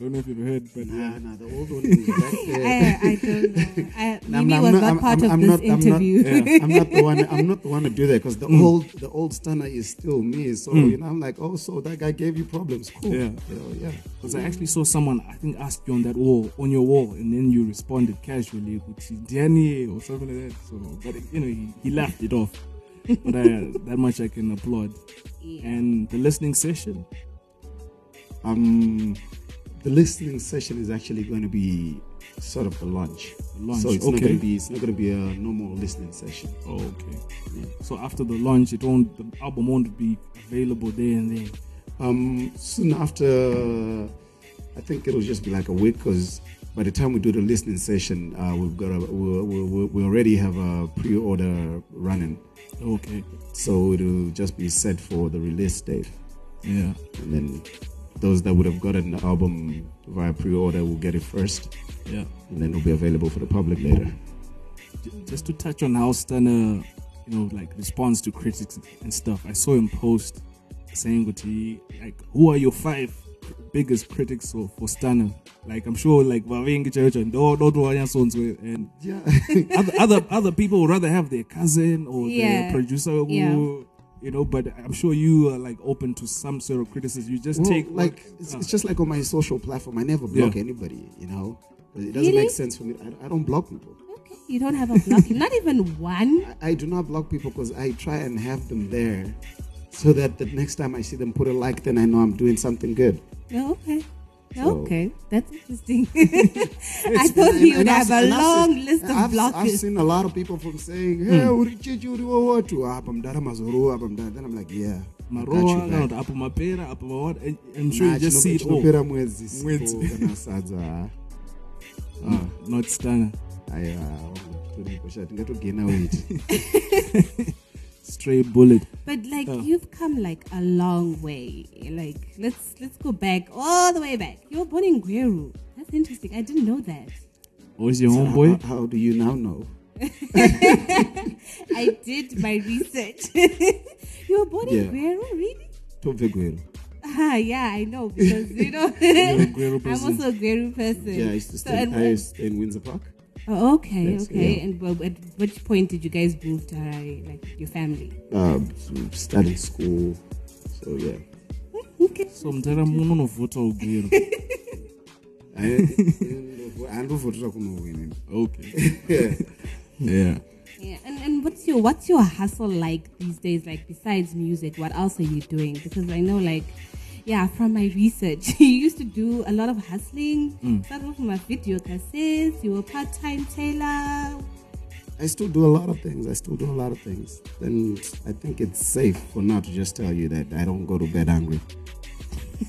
Don't know if you've heard, but yeah.
Nah, nah, the old one is back
I,
there.
I don't know. I,
No,
maybe was not part of this
I'm
interview.
Not, yeah, I'm not the one. I'm not the one to do that because the
Mm.
old, the old stunner is still me. So
Mm.
you know, I'm like, oh, so that guy gave you problems. Cool.
Yeah.
You know, yeah.
Because I actually saw someone, I think, asked you on that wall, on your wall, and then you responded casually, "Kuti Diani" or something like that. So, but you know, he, he laughed it off. But I, that much I can applaud. And the listening session,
Um, the listening session is actually going to be sort of the lunch.
lunch,
So it's not
okay.
going to be it's not going to be a normal listening session.
Oh, okay. So after the launch, it won't the album won't be available there and then.
Um, soon after, I think it'll just be like a week because by the time we do the listening session, uh, we've got a we we we we already have a pre-order running.
Okay.
So it'll just be set for the release date.
Yeah.
And then those that would have gotten the album via pre-order will get it first.
Yeah.
And then it'll be available for the public later.
J- just to touch on how Stunner, you know, like responds to critics and stuff. I saw him post saying, "Kuti, like, who are your five biggest critics for, for Stunner?" Like, I'm sure, like, Vavingi Cherecho and Do- Do- Do Wanya Sonzwe and
yeah,
other, other other people would rather have their cousin or
Yeah.
their producer who.
Yeah.
You know, but I'm sure you are like open to some sort of criticism. You just
Well,
take what- uh,
like it's, it's just like on my social platform. I never block
Yeah.
anybody, you know. 'Cause It doesn't
Really?
make sense for me. I, I don't block people.
You don't have a block. not even one.
I, I do not block people because I try and have them there, so that the next time I see them put a like, then I know I'm doing something good.
No, okay. No,
So-
okay. That's interesting. I thought he would
And
have
I've-
a
and I've
long
seen-
list of
I've, I've
blockers.
seen a lot of people from saying, "Hey,
Mm.
urichichi uriwowo tu, ah, pamdara mazoro, ah, pamdara." Then I'm like, "Yeah, I got you
marowa
back."
kana kuti apo mapera apo mawat i'm sure you
Nah,
just see
chino-
it all
chinopera mwedzi sipo
mwedzi
kana sadza
Mm, not stunner
aiwa tirikosha tingatogaina weit
stray bullet.
But like
Oh.
you've come like a long way. Like let's let's go back all the way back. You were born in Gweru. That's interesting. I didn't know that.
Where's your
So
homeboy?
How, how do you now know?
I did my research. you were born in
Yeah.
Gweru, really?
Toviguero.
Ah, yeah, I know because you know
You're a Gweru
I'm
person.
also a Gweru person.
Yeah, I used to
So,
stay,
and-
I used to stay in Windsor Park.
Oh, okay,
Yes,
okay.
yeah.
And well, at which point did you guys move to Harare, like your family?
Um, studied school. So yeah.
So mtara munovhota ugwero.
handovhotera kunohwinini
Okay.
yeah
Yeah. And, and what's your what's your hustle like these days? Like besides music, what else are you doing? Because I know, like, yeah, from my research, you used to do a lot of hustling.
Mm.
Start off with my video cassettes. You were part time tailor.
I still do a lot of things. I still do a lot of things. Then I think it's safe for now to just tell you that I don't go to bed angry.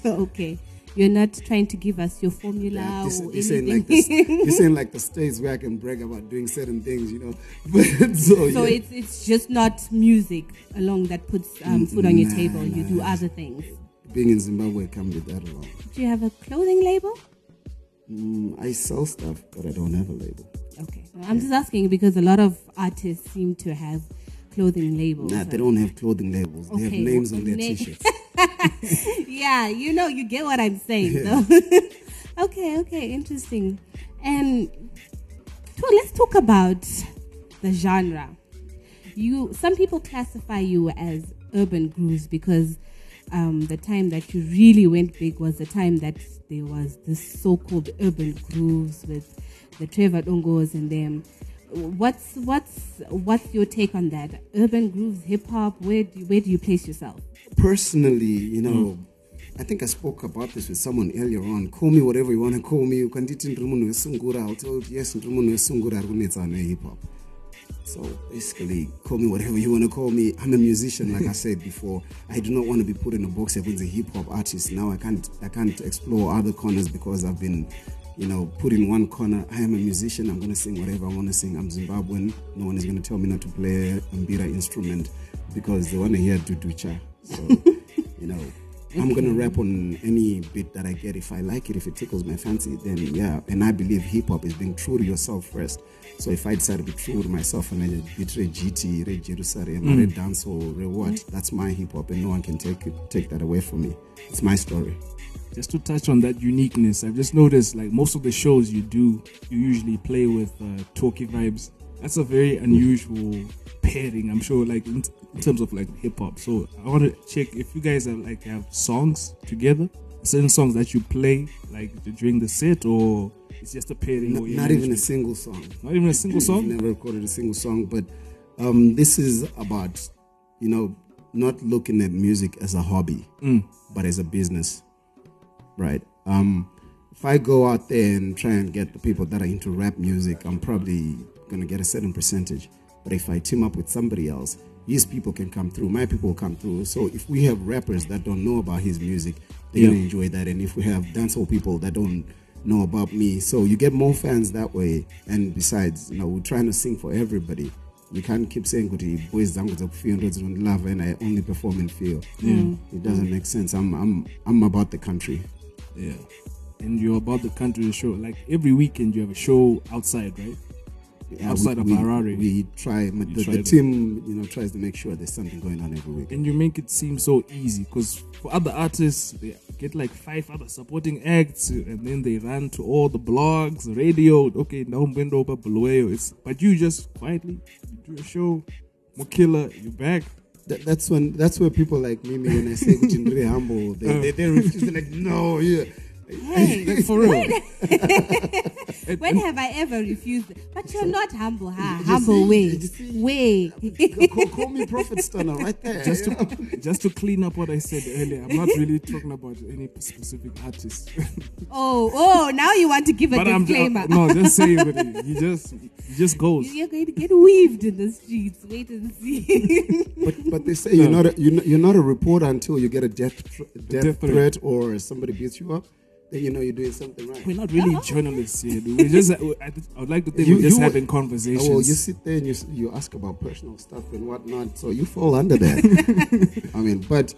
okay. You're not trying to give us your formula
This,
or
this ain't
anything.
like this. this ain't like the states where I can brag about doing certain things, you know. But so,
so
yeah.
it's it's just not music alone that puts um, food on your
Nah,
table. You do
nah.
other things.
being in Zimbabwe comes with that along.
Do you have a clothing label?
Mm, I sell stuff, but I don't have a label.
Okay. I'm just asking because a lot of artists seem to have clothing labels.
Nah, they don't have clothing labels. They
Okay,
have names on
well,
their
na-
t-shirts.
yeah, you know, you get what I'm saying.
Yeah.
though. okay, okay, interesting. And to- let's talk about the genre. You, some people classify you as urban grooves because um, the time that you really went big was the time that there was this so-called urban grooves with the Trevor Dongos and them. What's what's what's your take on that? Urban grooves, hip hop. Where do, where do you place yourself?
personally, you know, I think I spoke about this with someone earlier on. Call me whatever you want to call me. Ukanditi ndiri munhu wesungura. I'll tell you, yes, ndiri munhu wesungura ari kunetsa hip hop. So basically, call me whatever you want to call me. I'm a musician, like I said before. I do not want to be put in a box as a hip hop artist. Now I can't, I can't explore other corners because I've been, you know, put in one corner. I am a musician. I'm going to sing whatever I want to sing. I'm Zimbabwean. No one is going to tell me not to play a mbira instrument because they want to hear duducha. So, you know, I'm
Mm-hmm.
going to rap on any beat that I get. If I like it, if it tickles my fancy, then yeah. And I believe hip hop is being true to yourself first. So if I decide to be true to myself and I beat Red GT, Red Jerusalem,
Mm.
Red Dance or Red What, that's my hip hop and no one can take it, take that away from me. It's my story.
just to touch on that uniqueness, I've just noticed like most of the shows you do, you usually play with uh, talkie vibes. That's a very unusual pairing, I'm sure, like in, in terms of like hip hop. So I want to check if you guys have like have songs together, certain songs that you play like during the set, or it's just a pairing.
No-
or you
not even a
manage-
single song.
Not even a Oh, single song?
We've never recorded a single song, but um, this is about, you know, not looking at music as a hobby,
Mm.
but as a business, right? Um, if I go out there and try and get the people that are into rap music, I'm probably going to get a certain percentage. But if I team up with somebody else, his people can come through, my people will come through. So if we have rappers that don't know about his music, they're
Yeah.
going to enjoy that. And if we have dancehall people that don't know about me, so you get more fans that way. And besides, you know, we're trying to sing for everybody. You can't keep saying "Kuti boys zangu zakufunda zvinondilava," and I only perform in feel.
Yeah. Mm.
It doesn't make sense. I'm I'm I'm about the country.
Yeah. And you're about the country to show. Like every weekend you have a show outside, right?
Yeah,
outside
we-
of
we-
Harare.
We try, but
You
the,
try
the
to-
team, you know, tries to make sure there's something going on every week.
and you make it seem so easy because for other artists they get like five other supporting acts and then they run to all the blogs radio okay now Mbendo Opa Bulawayo, it's but you just quietly you do a show Mokila you back
That, that's when that's where people like me, me when I say "Kuti ndiri humble, they,
Uh.
they, they refuse. They're like, no, yeah.
Hey,
Like, for real.
When, when have I ever refused? But you're not humble, huh? Humble way, way.
call, me Prophet Stunner right there.
just to just to clean up what I said earlier I'm not really talking about any specific artist
Oh, oh! Now you want to give a
but I'm
disclaimer?
just, no just saying but he he just he just goes
You're going to get weaved in the streets. Wait and see.
But, but they say you're
No.
not a, you're not, you're not a reporter until you get a death thr- death,
Death
threat
threat.
or somebody beats you up. then you know you're doing something right.
We're not really journalists here. dude. We just I, I would like to think we're just having conversations.
Oh, Well, you sit there and you, s- you ask about personal stuff and whatnot, so you fall under that. I mean, but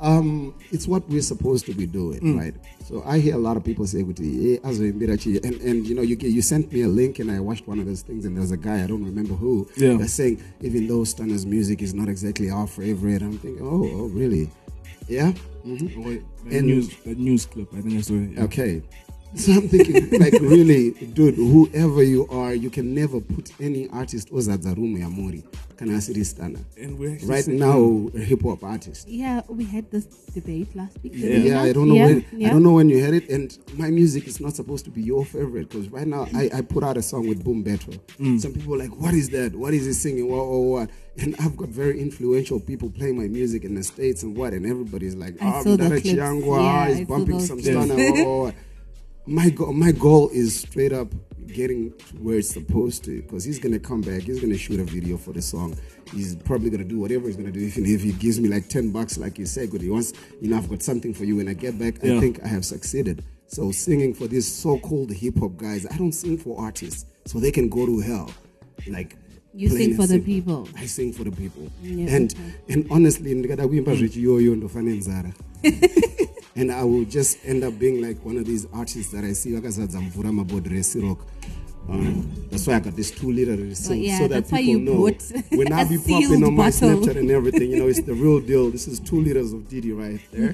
um, it's what we're supposed to be doing,
Mm.
right? So I hear a lot of people say, "Kuti, eh, azoimbira chi-" and, and you know, you, get- you sent me a link and I watched one of those things, and there's a guy, I don't remember who,
Yeah.
that's saying, even though Stunner's music is not exactly our favorite, I'm thinking, oh, oh really? Yeah? Mhm.
The news, the news clip. I think I saw it. yeah.
Okay. So I'm thinking, like, really, dude, whoever you are, you can never put any artist ozadzarume yamuri kana asiri stana.
And we're actually
right
saying-
now, a hip hop artist.
Yeah, we had this debate last week.
Yeah,
did we not?
I don't know
Yeah,
when
yeah.
I don't know when you heard it. And my music is not supposed to be your favorite because right now I, I put out a song with Boom Battle.
Mm.
Some people are like, what is that? What is he singing? What what what? And I've got very influential people playing my music in the states and what, and everybody's like,
I
oh,
saw the
Mdara
clips.
Chiangwa
Yeah, I
is
saw
bumping
those
some
clips.
stunner. what, what, what." My goal, my goal is straight up getting to where it's supposed to because he's gonna come back. He's gonna shoot a video for the song. He's probably gonna do whatever he's gonna do. Even if he gives me like ten bucks, like you said, good. He wants, you know, I've got something for you. When I get back, I
Yeah.
think I have succeeded. So singing for these so-called hip hop guys, I don't sing for artists, so they can go to hell. Like
You
plain
sing
and
for the
simple.
people.
I sing for the people.
Yeah,
and
okay. Mm.
and honestly, ndikada kuimba zvechiyoyo ndofane nzara. and I will just end up being like one of these artists that I see vakazadza mvura mabhodhero esirock Um, that's why I got this two literary so,
Well, yeah,
so that
that's why
people
you
know
bought
when I
a
be
sealed
popping on my
bottle.
Snapchat and everything, you know, it's the real deal. This is two liters of Didi right there.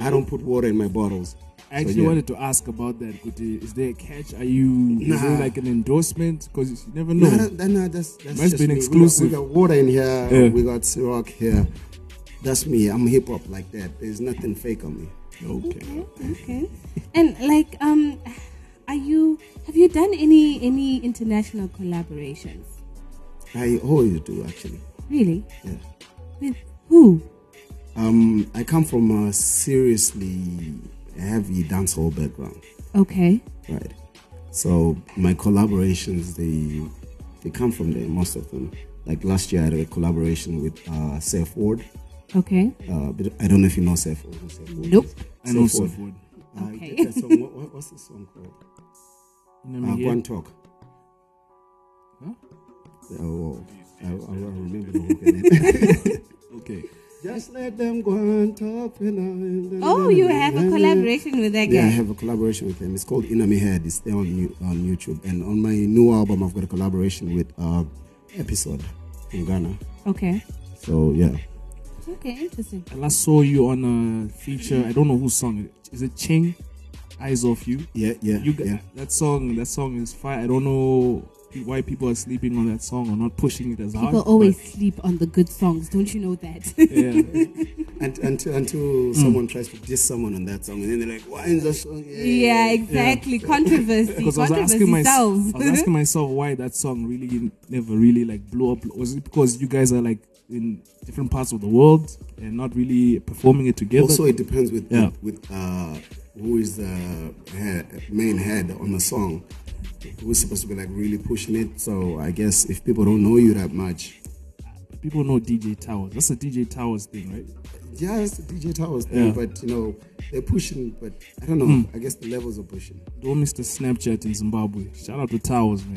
I don't put water in my bottles.
I actually
yeah.
wanted to ask about that. Kuti, is there a catch? Are you is there
Nah.
like an endorsement? Because you never know.
No, that, no, that's, that's
Must
just
be an
me. We got-
exclusive.
We got, water in here.
Yeah.
We got Ciroc here. That's me. I'm hip hop like that. There's nothing fake on me. Okay.
Okay. And like, um, are you? Have you done any any international collaborations?
I always do actually.
Really?
Yeah.
With who?
Um, I come from a seriously heavy dancehall background.
Okay.
Right. So my collaborations, they they come from there, most of them. Like last year, I had a collaboration with uh, Seth Ward.
Okay.
Uh, but I don't know if you know Seth Ward. who Seth Ward
Nope.
is.
I know
Seth
Seth
Ward.
Ward.
Uh,
Okay.
he did that song. What- what- what's the song called? Uh, go and talk.
Huh?
Oh, I, I will remember the hook in it. okay. Just let them go and talk.
Oh, you have a collaboration with that guy.
Yeah, I have a collaboration with him. It's called In My Head. It's there on, you- on YouTube. And on my new album, I've got a collaboration with uh, Episode from Ghana.
Okay.
So, yeah.
Okay. Interesting.
I last saw you on a feature. I don't know whose song. it- Is it Ching? Eyes off you.
Yeah, yeah,
You got
yeah.
that song. That song is fire. I don't know why people are sleeping on that song or not pushing it as hard.
People always sleep on the good songs. Don't you know that?
And, until until someone tries to diss someone on that song, and then they're like, why is that song?
Yeah, exactly. Controversy.
Because I was
Controversy
asking, my, I
sells.
was asking myself why that song really never really like blew up. Was it because you guys are like in different parts of the world and not really performing it together?
Also, it depends with
yeah.
with uh, who is the head, main head on the song. Who's supposed to be like really pushing it? So I guess if people don't know you that much,
People know DJ Towers. That's a DJ Towers thing, right?
yeah, it's the DJ Towers thing.
Yeah.
But you know, they're pushing. But I don't know.
Mm.
I guess the levels are pushing.
Don't miss the Snapchat in Zimbabwe. Shout out to Towers, man.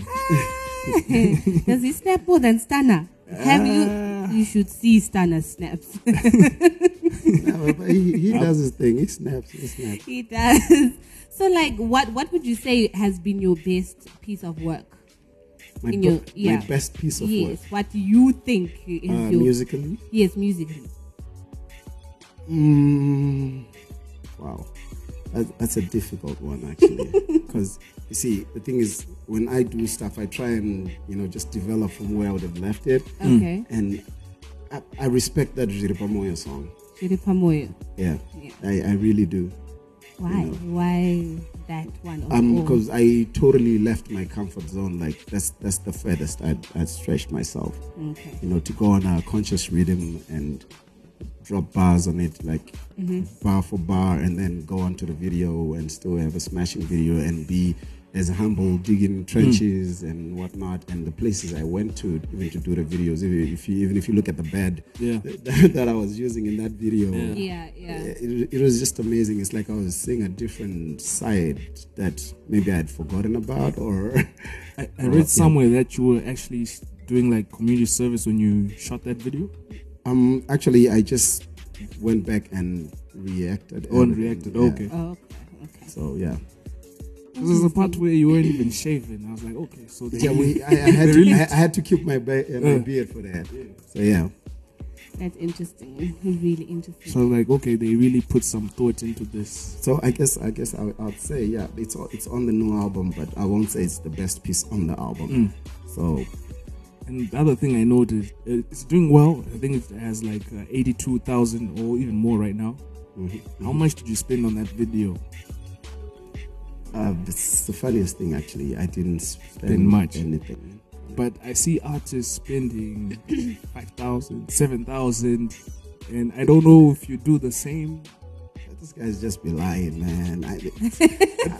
Does he snap more than Stana? Have
Ah.
you? You should see Stana snaps.
No, but he, he does his thing. He snaps. He snaps.
he does. So, like, what what would you say has been your best piece of work?
My
In
be-
your-
my best piece of
yes,
work.
What you think is
Uh,
your
musically?
Yes, musically.
Mm, wow, that, that's a difficult one actually. Because you see, the thing is, when I do stuff, I try and you know just develop from where I would have left it.
Mm. Okay.
And I, I respect that Jiripamoya song.
Shiri Pamoyo.
Yeah,
Yeah.
I, I really do.
Why? Why that one? of
Um,
all?
because I totally left my comfort zone. Like that's that's the furthest I I stretched myself.
Okay.
You know, to go on a conscious rhythm and drop bars on it, like
Mhm.
Mm-hmm.
bar for bar, and then go on to the video and still have a smashing video and be as a humble
Mm.
digging trenches and whatnot, and the places I went to even to do the videos. Even if you, even if you look at the bed
Yeah.
that, I was using in that video,
Yeah.
Yeah, yeah.
It, it was just amazing. It's like I was seeing a different side that maybe I had forgotten about, or
I, I read somewhere that you were actually s- doing like community service when you shot that video.
Um, actually, I just went back and reacted.
Oh, and
everything,
reacted,
yeah.
okay.
Oh, okay, okay.
So yeah.
Because there's a part where you weren't even shaving. I was like, okay, so they
Yeah, we, I, I,
they
had to,
really-
I, I had to keep my, ba- uh, my
Uh.
beard for that. So yeah,
That's interesting. really interesting.
So I'm like, okay, they really put some thought into this.
so I guess I guess I would, I would say yeah, it's o- it's on the new album, but I won't say it's the best piece on the
Mm.
album. So
And the other thing I noticed, uh, it's doing well. I think it has like uh, 82,000 or even more right now.
mm-hmm.
How much did you spend on that video?
uh, it's the funniest thing actually. I didn't spend,
Spend much.
anything.
But I see artists spending 5,000, 7,000, and I don't know if you do the same.
This guy's just be lying, man. I,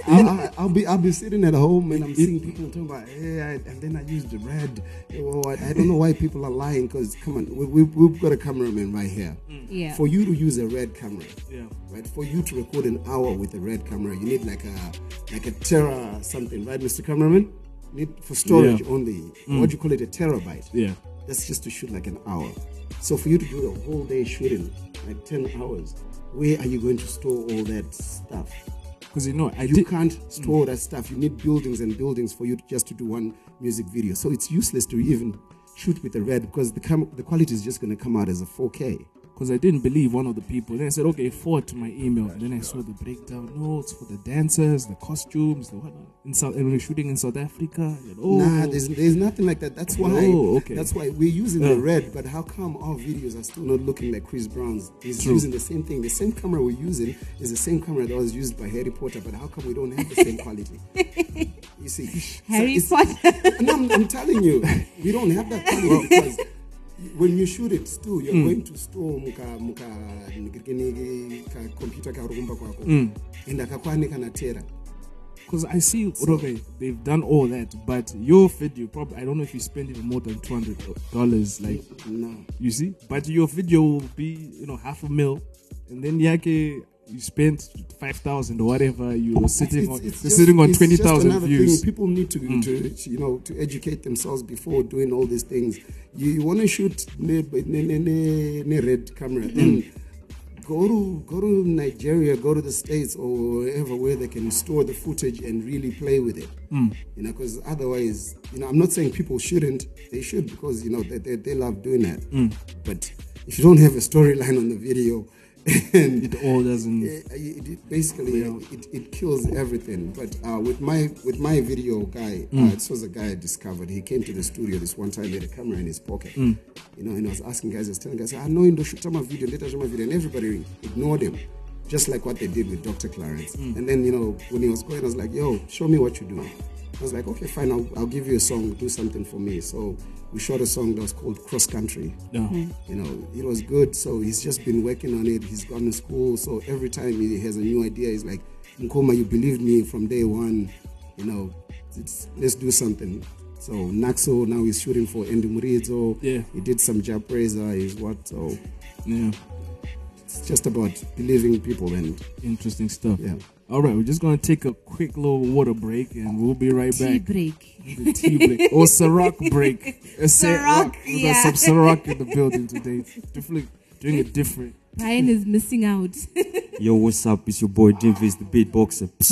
I, I, I'll be I'll be sitting at home and I'm seeing people talking about hey, I, and then I used the red. Eh, well, I, I don't know why people are lying because come on, we, we, we've got a cameraman right here.
Yeah.
For you to use a red camera,
Yeah.
right? For you to record an hour with a red camera, you need like a like a tera something, right, Mr. Cameraman? You need for storage
Yeah.
only.
Mm.
What do you call it? A terabyte.
Yeah.
That's just to shoot like an hour. So for you to do a whole day shooting, like ten hours, where are you going to store all that stuff?
Because you know, I
you
did-
can't store that stuff. You need buildings and buildings for you to, just to do one music video. So it's useless to even shoot with a red because the cam- the quality is just going to come out as a 4K.
Because I didn't believe one of the people. Then I said, okay, forward to my email. And then I saw the breakdown notes for the dancers, the costumes, the whatnot. In South, and we were shooting in South Africa. And, oh,
Nah, there's, there's nothing like that. That's why.
Oh, okay.
That's why we're using
Yeah.
the red. But how come our videos are still not looking like Chris Brown's? He's
True.
using the same thing. The same camera we're using is the same camera that was used by Harry Potter. But how come we don't have the same quality? You see,
Harry
Potter. no, I'm, I'm telling you, we don't have that quality because when you shoot it, still you're
Mm.
going to store muka muka nikikiniki ka computer kaurikumba kwako
Mm.
and akakwani kana tera.
Because I see, okay, they've done all that, but your video probably, I don't know if you spend even more than $200. Like,
No.
you see? But your video will be, you know, half a mil. And then, yake, you spent 5000 or whatever, you were sitting on, you're
just-
sitting on
it's just
20,000
another
views.
Thing. People need to,
Mm.
to, you know, to educate themselves before doing all these things. You, you want to shoot ne, ne, ne, ne, ne red camera,
Mm.
then go to go to Nigeria, go to the states or wherever where they can store the footage and really play with it.
Mm.
You know, because otherwise, you know, I'm not saying people shouldn't. They should because you know they, they, they love doing that.
Mm.
But if you don't have a storyline on the video, and
It all doesn't-
Eh, I- it, it basically it, it kills everything. But uh, with my with my video guy, uh,
Mm.
this was a guy I discovered. He came to the studio this one time, he had a camera in his pocket,
Mm.
you know, and I was asking guys, I was telling guys, I know in the shoot my video, later shoot my video, and everybody ignored him. Just like what they did with Dr. Clarence.
Mm.
And then, you know, when he was going, I was like, yo, show me what you do. I was like, okay, fine, I'll, I'll give you a song, do something for me. So we shot a song that was called Cross Country
Yeah. Mhm.
you know, it was good. So he's just been working on it. He's gone to school. So every time he has a new idea, he's like, Nkoma, you believed me from day one. You know, it's, let's do something. So Naxo now he's shooting for Endumurizo.
Yeah.
He did some job praiser. He's what? So
Yeah.
it's just about believing people and
Interesting stuff.
Yeah.
All right, we're just going to take a quick little water break and we'll be right
Tea
back.
break.
The tea break. Or Ciroc break. A Ciroc. We got
yeah.
some Ciroc in the building today. Definitely doing it different.
Brian is missing out.
Yo, what's up? It's your boy Dinvis, the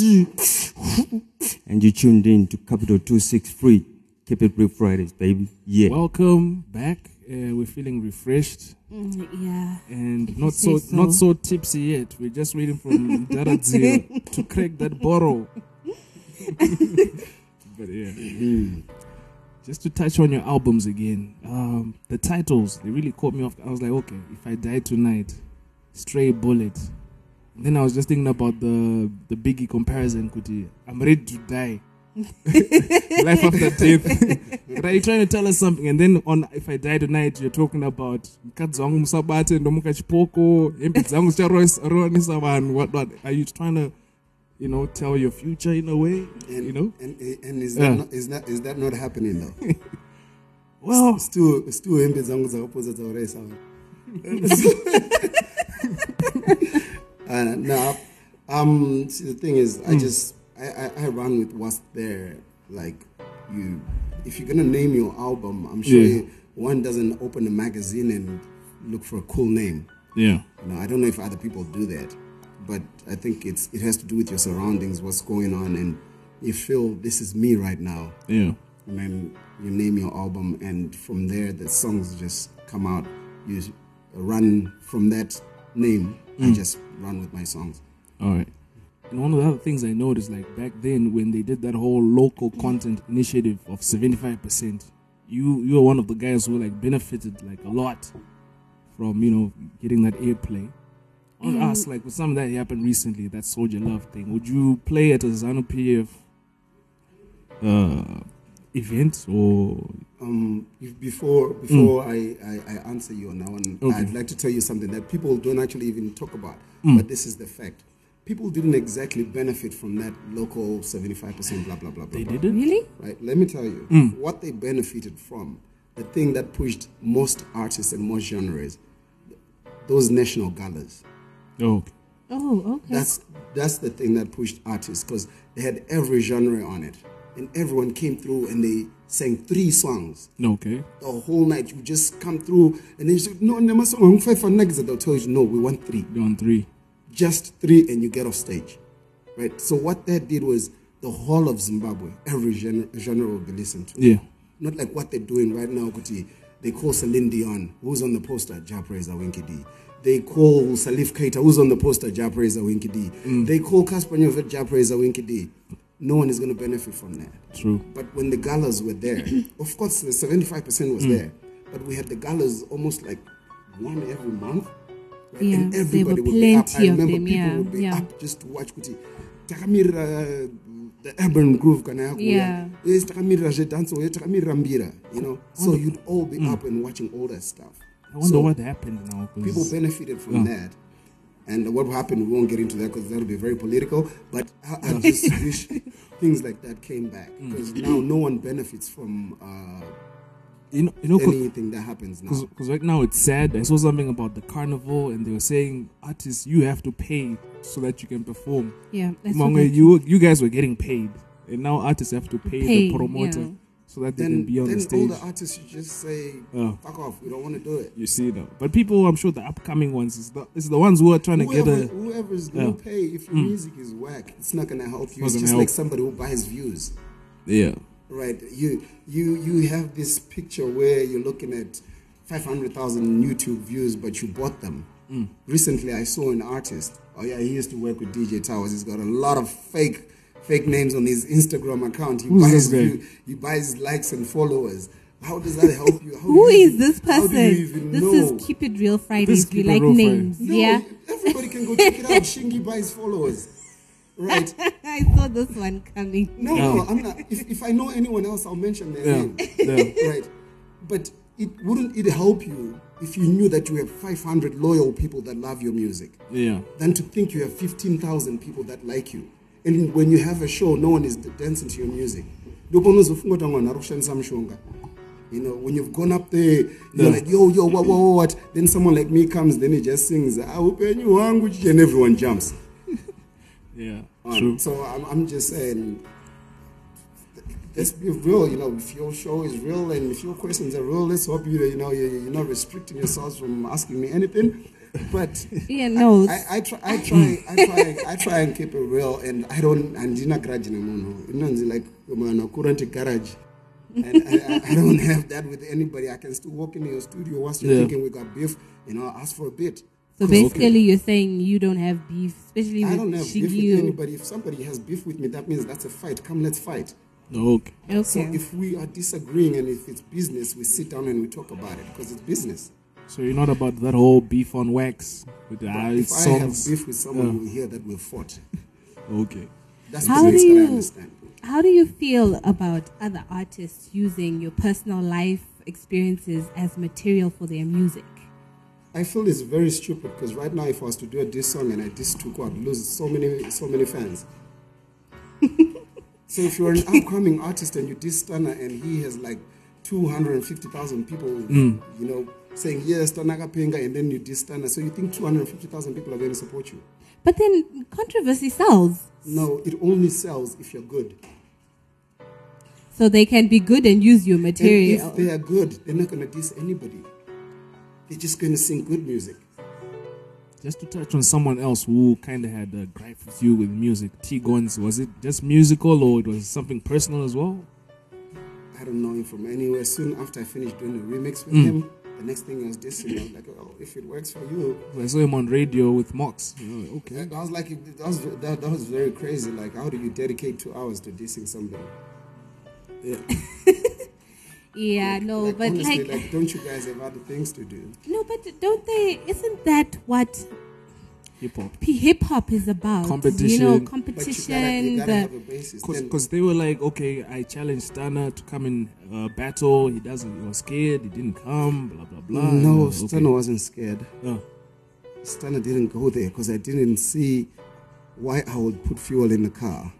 beatboxer. and you tuned in to Capital 263. Keep it real Fridays, baby. Yeah.
Welcome back. Uh, we're feeling refreshed
Mm, yeah.
and
If
not
you
so,
say
not
so.
so tipsy yet. We're just waiting for Darazio to crack that bottle. but yeah. Just to touch on your albums again, um, the titles they really caught me off. I was like, okay, if I die tonight, stray bullet. And then I was just thinking about the the Biggie comparison. Kuti, I'm ready to die. Life after death. but are you trying to tell us something? And then on if I die tonight, you're talking about mukadzi wangu musabate ndomuka chipoko hembe dzangu zicharorwanisa vanhu whatnot. Are you trying to you know, tell your future in a way.
And,
you know,
and, and is,
Yeah.
that not, is, that, is that not happening though?
well,
still, still hembe dzangu dzakapoza dzaurayisa uh, no, um, see, the thing is, I
Hmm.
Mm.
just I, I, I run with what's there. Like you, if you're gonna name your album, I'm sure
Yeah.
one doesn't open a magazine and look for a cool name.
Yeah.
No, I don't know if other people do that, but I think it's it has to do with your surroundings, what's going on, and you feel this is me right now.
Yeah.
And then you name your album, and from there the songs just come out. You s- run from that name. I
Mm.
just run with my songs.
All right. And one of the other things I noticed, like back then when they did that whole local content initiative of seventy-five percent, you you were one of the guys who like benefited like a lot from you know getting that airplay. On
Mm.
us, like with something that happened recently, that Soldier Love thing, would you play at a ZANU PF uh, event or
Um, if before before I, I, I answer you on that one,
Mm. Okay.
I'd like to tell you something that people don't actually even talk about,
Mm.
but this is the fact. People didn't exactly benefit from that local 75% blah blah blah blah.
They
blah.
didn't? Really?
Right. Let me tell you
Mm.
what they benefited from. The thing that pushed most artists and most genres, those national galas.
oh
Oh, okay.
That's that's the thing that pushed artists because they had every genre on it, and everyone came through and they sang three songs
okay?
the whole night. You just come through and then you say, no, no, my song, five for next. They'll tell you, no, we want three.
You want three.
Just three and you get off stage. Right? So what that did was the whole of Zimbabwe, every genre, genre will be listened to.
Yeah.
Not like what they're doing right now, Kuti. They call Celine Dion, who's on the poster, Ja Praise Winky D. They call Salif Keita, who's on the poster, Ja Praise Winky D. They call Casper Nyovet, Ja Praise Winky D. No one is going to benefit from that.
True.
Mm.
But when the galas were there, of course the 75% was
Mm.
there, but we had the galas almost like one every month. right?
Yeah,
and
there
everybody
were
would be up. I
plenty of
remember
them,
people
yeah,
would be
yeah.
up just to watch Kuti. Takamirira, uh, the urban groove kana yakuya.
Yeah.
Yes, takamirira zvedanzo, yes, takamirira mbira, you know. So you'd all
Mm.
be up and watching all that stuff.
I wonder
So
what happened now. 'cause-
People benefited from
Yeah.
that. And what happened, we won't get into that because that'll be very political. But I,
Mm.
I just wish things like that came back because now no one benefits from uh,
you know, you know, 'cause-
anything that happens now.
Because right now it's sad. I saw something about the carnival, and they were saying artists, you have to pay so that you can perform.
Yeah, that's what
Among
they-
you, you guys were getting paid, and now artists have to pay,
Pay,
the promoter
yeah.
so that they
then
can be on
then
the stage.
all the artists should just say,
Oh.
fuck off, we don't want to do it.
you see now, but people, I'm sure the upcoming ones is the is the ones who are trying to
Whoever,
get a
whoever's going to
Yeah.
pay if your
Mm.
music is whack, it's not going to help you.
Not
It's
gonna
just
help.
like somebody who buys views.
yeah.
Right. You you you have this picture where you're looking at 500,000 YouTube views, but you bought them.
Mm.
Recently, I saw an artist. Oh yeah, he used to work with DJ Towers. He's got a lot of fake fake names on his Instagram account. He
Who's
buys
this guy?
view- he buys likes and followers. How does that help you? How
Who
do you
is this
how do
person?
you even
This
know?
is Keep It Real Fridays. We
Keep It
like
Real
names.
Fridays. No,
yeah.
Everybody can go check it out. Shingy buys followers. Right.
I saw this one coming.
No, no, I'm not. If, if I know anyone else, I'll mention their
Yeah,
name.
yeah.
Right. But it wouldn't it help you if you knew that you have 500 loyal people that love your music
yeah.
than to think you have 15,000 people that like you. And when you have a show, no one is dancing to your music. Loko unozofunga kuti "Mwana ari kushandisa mushonga." You know, when you've gone up there, you're
Yeah.
like, yo, yo, what, what, what, what? Then someone like me comes, then he just sings, "Aupenyu hwangu chichi," and everyone jumps
Yeah.
on.
True.
Mm. So I'm, I'm just saying, th- let's be real. You know, if your show is real and if your questions are real, let's hope you you know you, you're not restricting yourselves from asking me anything. But
Yeah, no.
I, I, I try, I try, I try, I try and keep it real, and I don't. And dina grudge na muno. You know, it's like man, current garage. and I, I- I don't have that with anybody. I can still walk into your studio once you're
Yeah.
thinking we got beef, and I'll ask for a bit.
So basically, you're saying you don't have beef, especially
I
with
don't have beef with
Shigio.
anybody. If somebody has beef with me, that means that's a fight. Come, let's fight.
Okay.
So
Okay.
if we are disagreeing and if it's business, we sit down and we talk about it because it's business.
So you're not about that whole beef on wax with the
But
eyes
if I have
songs.
beef with someone, we'll hear that we've fought.
Yeah. Okay.
That's
How
the
do
things that I
you
understand.
how do you feel about other artists using your personal life experiences as material for their music?
I feel it's very stupid because right now, if I was to do a diss song and I diss Tuku, I'd lose so many, so many fans. so if you're an upcoming artist and you diss Stunner and he has like 250,000 people,
Mm.
you know, saying, yes, Stunner Kapenga, and then you diss Stunner, so you think 250,000 people are going to support you?
But then controversy sells.
No, it only sells if you're good.
So they can be good and use your material.
And if they are good, they're not going to diss anybody. They're just going to sing good music.
Just to touch on someone else who kind of had a gripe with you with music, T Guns, was it just musical or it was something personal as well?
I don't know him from anywhere. Soon after I finished doing the remix with
Mm.
him, the next thing I was dissing, I was like, oh, if it works for you.
I saw him on radio with Mox. You know,
Okay. That was like, that was, that, that was very crazy. Like, how do you dedicate two hours to dissing somebody? Yeah.
yeah, no,
like,
Oh, but
honestly,
like,
don't you guys have other things to do?
no, but don't they? Isn't that what
Hip hop.
hip hop is about? You know, competition. the-
then-
Because they were like, okay, I challenged Stana to come in uh, battle. He doesn't. He was scared. He didn't come. Blah blah blah.
no,
Uh, okay. Ah,
Stunner wasn't scared. Stunner didn't go there because I didn't see why I would put fuel in the car.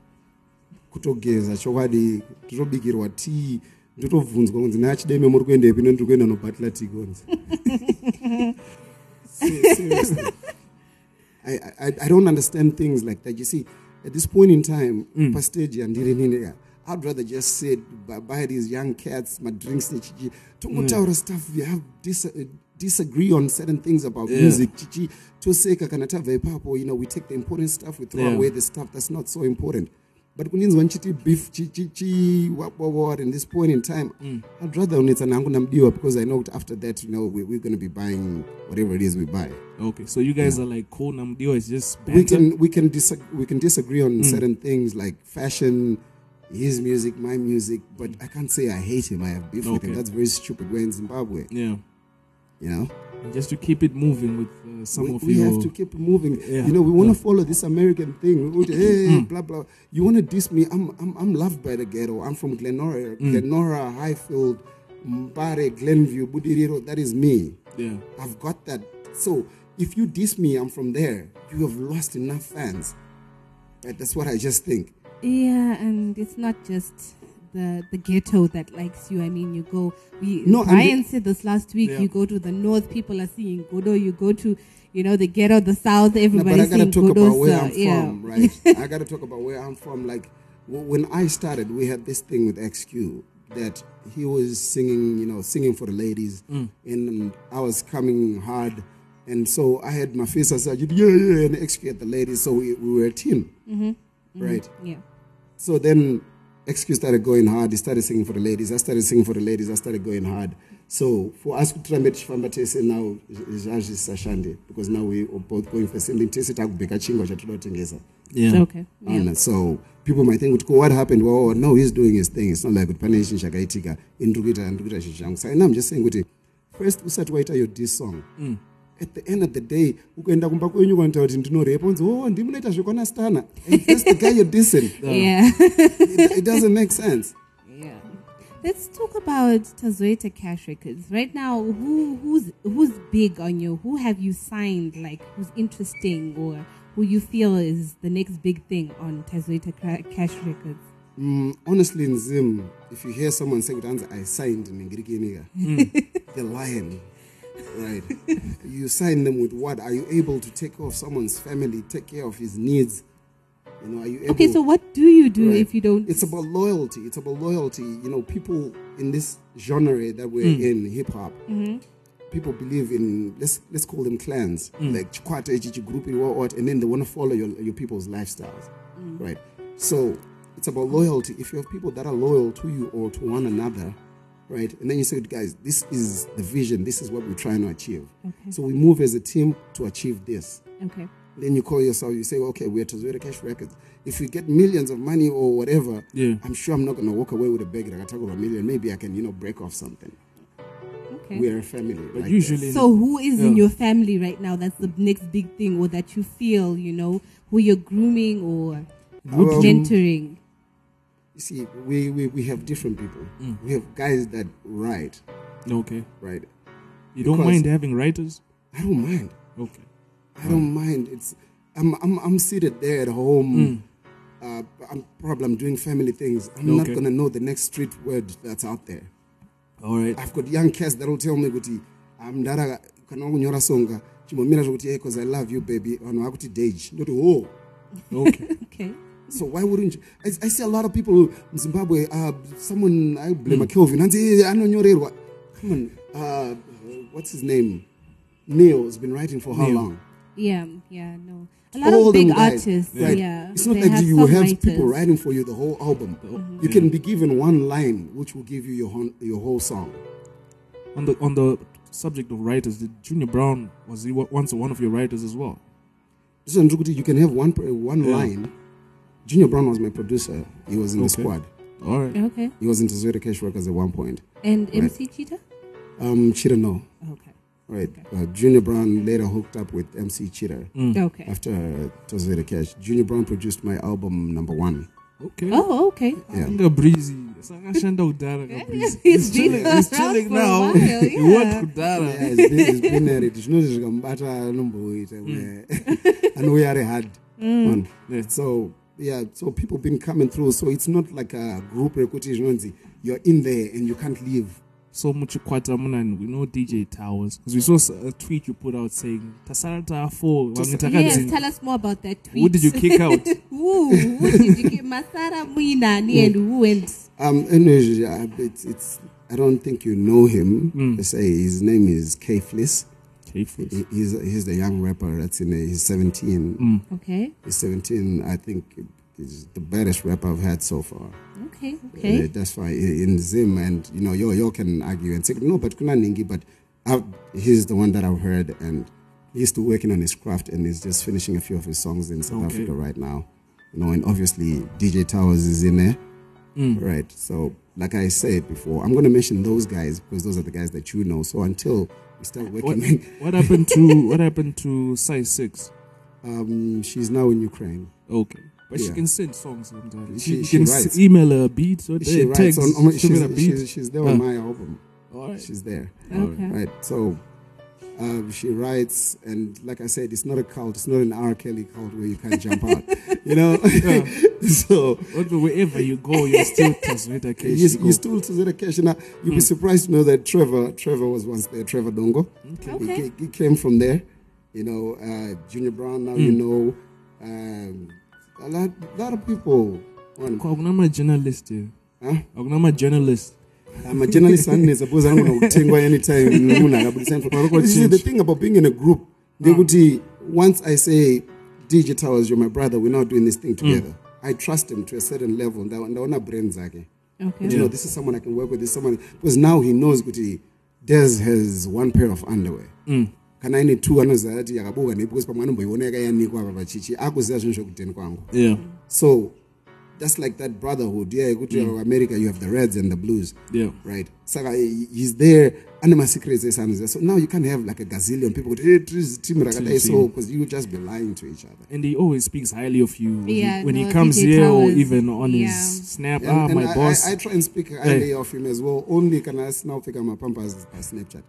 kutogeza chokwadi ndotobikirwa tii ndotobvunzwa kunzi neachideme muri kuendepi nendiri kuenda nobatila tigonzi seriously I, I, I don't understand things like that. You see, at this point in time, pastage and dirinini, I'd rather just sit by, by these young cats, my drinks, chichi. Tungotaura stuff, we have dis, uh, disagree on certain things about
Yeah.
music. Chichi, toseka kana tabva ipapo, you know, we take the important stuff, we throw
Yeah.
away the stuff that's not so important. But kuninzwa nchiti beef chichichi what what what in this point in time
Mm.
I'd rather unitsa nangu namdiwa because I know after that you know we, we're going to be buying whatever it is we buy.
Okay, so you guys are like cool. Namdio is just
we
banter.
can we can disag we can disagree on
Mm.
certain things like fashion his music my music but i can't say i hate him i have beef with him
Okay.
that's very stupid we're in zimbabwe
Yeah.
you know
And just to keep it moving with uh, some
we,
of
we
your.
have to keep moving
Yeah,
you know we want to
yeah.
follow this american thing We would, hey,
Mm.
blah blah you want to diss me I'm, I'm i'm loved by the ghetto i'm from glenora
Mm.
glenora highfield mbare glenview budiriro that is me
Yeah.
I've got that. So if you diss me, I'm from there. You have lost enough fans. Right? That's what I just think.
yeah, and it's not just the the ghetto that likes you. I mean, you go. We,
No, and
Brian
the-
said this last week.
Yeah.
You go to the north, people are singing Godo. You go to, you know, the ghetto, the south, everybody
no, but I
singing
gotta talk
Godo.
about where
so,
I'm
yeah.
from, right? I gotta talk about where I'm from. Like w- when I started, we had this thing with XQ that he was singing, you know, singing for the ladies,
Mm.
and I was coming hard, and so I had my face. I said, yeah, yeah, and XQ at the ladies, so we, we were a team.
Mhm, mhm,
Right.
Yeah.
So then XQ started going hard. He started singing for the ladies. I started singing for the ladies. I started going hard. So for us, Kutrambet Shifambatese now is Sashande because now we are both going for the same thing. Tese takubheka chingwa chatinotengesa.
Yeah.
Okay, yeah.
And so people might think, "Utko, what happened? Well, no, he's doing his thing. It's not like Utpane Ishin Shakaitika, Indrukita, Indrukita Shishangu. So and I'm just saying, Kuti, first, usati waita your diss song.
Mm.
At the end of the day, ukaenda kumba kwenyu kwanoita kuti ndinorepa unzi oh ndimunoita zvekwanastana and that's the guy you're dissing
Yeah.
it, it doesn't make sense.
Yeah. Let's talk about Tazoeta Cash Records. Right now, who who's who's big on you? Who have you signed like who's interesting or who you feel is the next big thing on Tazoeta Cra- Cash Records?
Mm, honestly, in Zim, if you hear someone say good answer, I signed Ningirikiniga,
Mm.
they're lying. Right. you sign them with what? Are you able to take care of someone's family, take care of his needs? You know, are you able
Okay, so what do you do
Right.
if you don't
It's about loyalty. It's about loyalty. You know, people in this genre that we're
Mm.
in, hip hop,
Mhm.
people believe in let's let's call them clans,
Mm.
like Chikwata, Chichi group, what, what, and then they want to follow your your people's lifestyles,
Mm.
right? So it's about loyalty. If you have people that are loyal to you or to one another, right, and then you say, guys, this is the vision. This is what we're trying to achieve.
Okay.
So we move as a team to achieve this
Okay.
then you call yourself, you say, okay, we're Tazuera Cash Records. If you get millions of money or whatever,
Yeah.
I'm sure I'm not going to walk away with a bag that I talk about a million. Maybe I can, you know, break off something.
Okay.
We're a family.
But
like
usually-
this.
So who is in
Yeah.
your family right now that's the next big thing or that you feel, you know, who you're grooming or
Well,
mentoring?
You see, we, we, we have different people.
Mm.
We have guys that write.
Okay.
Right.
You don't
Because-
mind having writers?
I don't mind.
Okay. Mm.
I don't mind. It's I'm I'm I'm seated there at home.
Mm.
uh, I'm probably I'm doing family things. I'm not
Okay.
gonna know the next street word that's out there.
All right.
I've got young cats that will tell me kuti I'm ndara kana kunyora songa chimomira zvokuti hey, cause I love you baby vanhu vakuti dage ndoti oh
okay
okay
so why wouldn't you I, I see a lot of people in Zimbabwe uh, someone I blame mm. Kelvin hanzi "Eh, anonyorerwa come on uh, what's his name Neil has been writing for how
Neil.
long
Yeah, yeah, no. A lot
all
of
them
big
guys,
artists. Yeah.
right? It's not
they
like you have
songwriters.
people writing for you the whole album.
Mhm.
You
Yeah.
can be given one line, which will give you your hon- your whole song.
On the on the subject of writers, did Junior Brown was he wa- once one of your writers as well?
So Ndrukuti, you can have one per- one
Yeah.
line. Junior Brown was my producer. He was in the
Okay.
squad.
All right.
Okay.
He was into Zuri Cash Workers at one point.
And
Right.
MC Cheetah?
Um, Cheetah, no.
Okay.
Right. Uh, Junior Brown later hooked up with MC Cheetah.
Hmm.
Mm. Okay.
After uh, Tozuri Cash, Junior Brown produced my album number one.
Okay.
Oh, okay.
Yeah.
Nga breezy. Saka shanda udara nga breezy.
He's been
chilling,
around
he's chilling
for a
now.
while,
He
yeah.
won't kudara.
Yeah, it's been- it's been there. zvinoti zvikamubata anomboita anouya ari hard
Mm.
on. so yeah so people been coming through so it's not like a group rekuti zvinonzi you're in there and you can't leave
so muchikwata munani we know dj towers because we saw s- a tweet you put out saying tasara tafo vamwe
Yes,
takadzini."
tell us more about that tweet.
Who did you kick out?
who, who did you kick Masara Muinani
Hmm.
and who went?
um anyway uh, it's, it's i don't think you know him
Mm.
They say his name is k fliss
K-Fliss.
He- he's, he's the young rapper that's in the, he's 17
Mm.
Okay.
he's 17 i think is the baddest rapper i've had so far
Okay,
Eh?
Uh,
okay.
that's fine. I- In Zim, and you know, yo, yo can argue and say no, but Kuna Ningi, but i he's the one that I've heard, and he's still working on his craft, and he's just finishing a few of his songs in South
Okay.
Africa right now. You know, and obviously DJ Towers is in there,
Mm.
right? So, like I said before, I'm gonna mention those guys because those are the guys that you know. So until we start
what,
working,
what happened to what happened to size six
um, she's now in Ukraine.
Okay, but she
Yeah.
can send songs sometimes
She-
she,
she
can
writes.
s- email her beats or
she
uh,
writes
text
on, on
shoot
she's,
her beats.
she's, she's there on
Ah.
my album
All right.
she's there
Okay.
right so um, she writes and like i said it's not a cult it's not an r kelly cult where you can't jump out you know so
But wherever you go you're still Tazweta Cash
you,
Go.
you still to the cash now you'll
Hmm.
be surprised to know that trevor trevor was once there trevor dongo
Okay.
He, ca- he came from there you know uh, junior brown now you
Mm.
know um, a lot, lot of people on
akuna majournalist here akuna majournalist
majournalist anonetsa because anogona kutengwa anytime munhu akabudisa info. This is the thing about being in a group ndekuti once i say dj towers you're my brother we're now doing this thing together i trust him to a certain level Nda- ndaona brand zake
Okay.
But you know this is someone i can work with this is someone because now he knows kuti des has one pair of underwear
Mm.
kana aine two anoziva kuti yakabuka nei because pamwe anomboiona yakayanikwa apa pachichi akuziva zvinhu zvokuteni kwangu
Yeah.
so that's like that brotherhood yeah kuti
Mm.
america you have the reds and the blues
Yeah.
right saka he- he's there ane masecrets esanoziva so now you can't have like a gazillion people "Eh, kuti hey, tiri team rakadai so
team.
because you just be lying to each other
and he always speaks highly of you when he-
Yeah,
when he
no,
comes
DJ
here or
Towers,
even on
yeah.
his snap
And-
ah
and
my
I,
boss
I, I try and speak highly
Yeah.
of him as well only can i now pick up my pampers by snapchat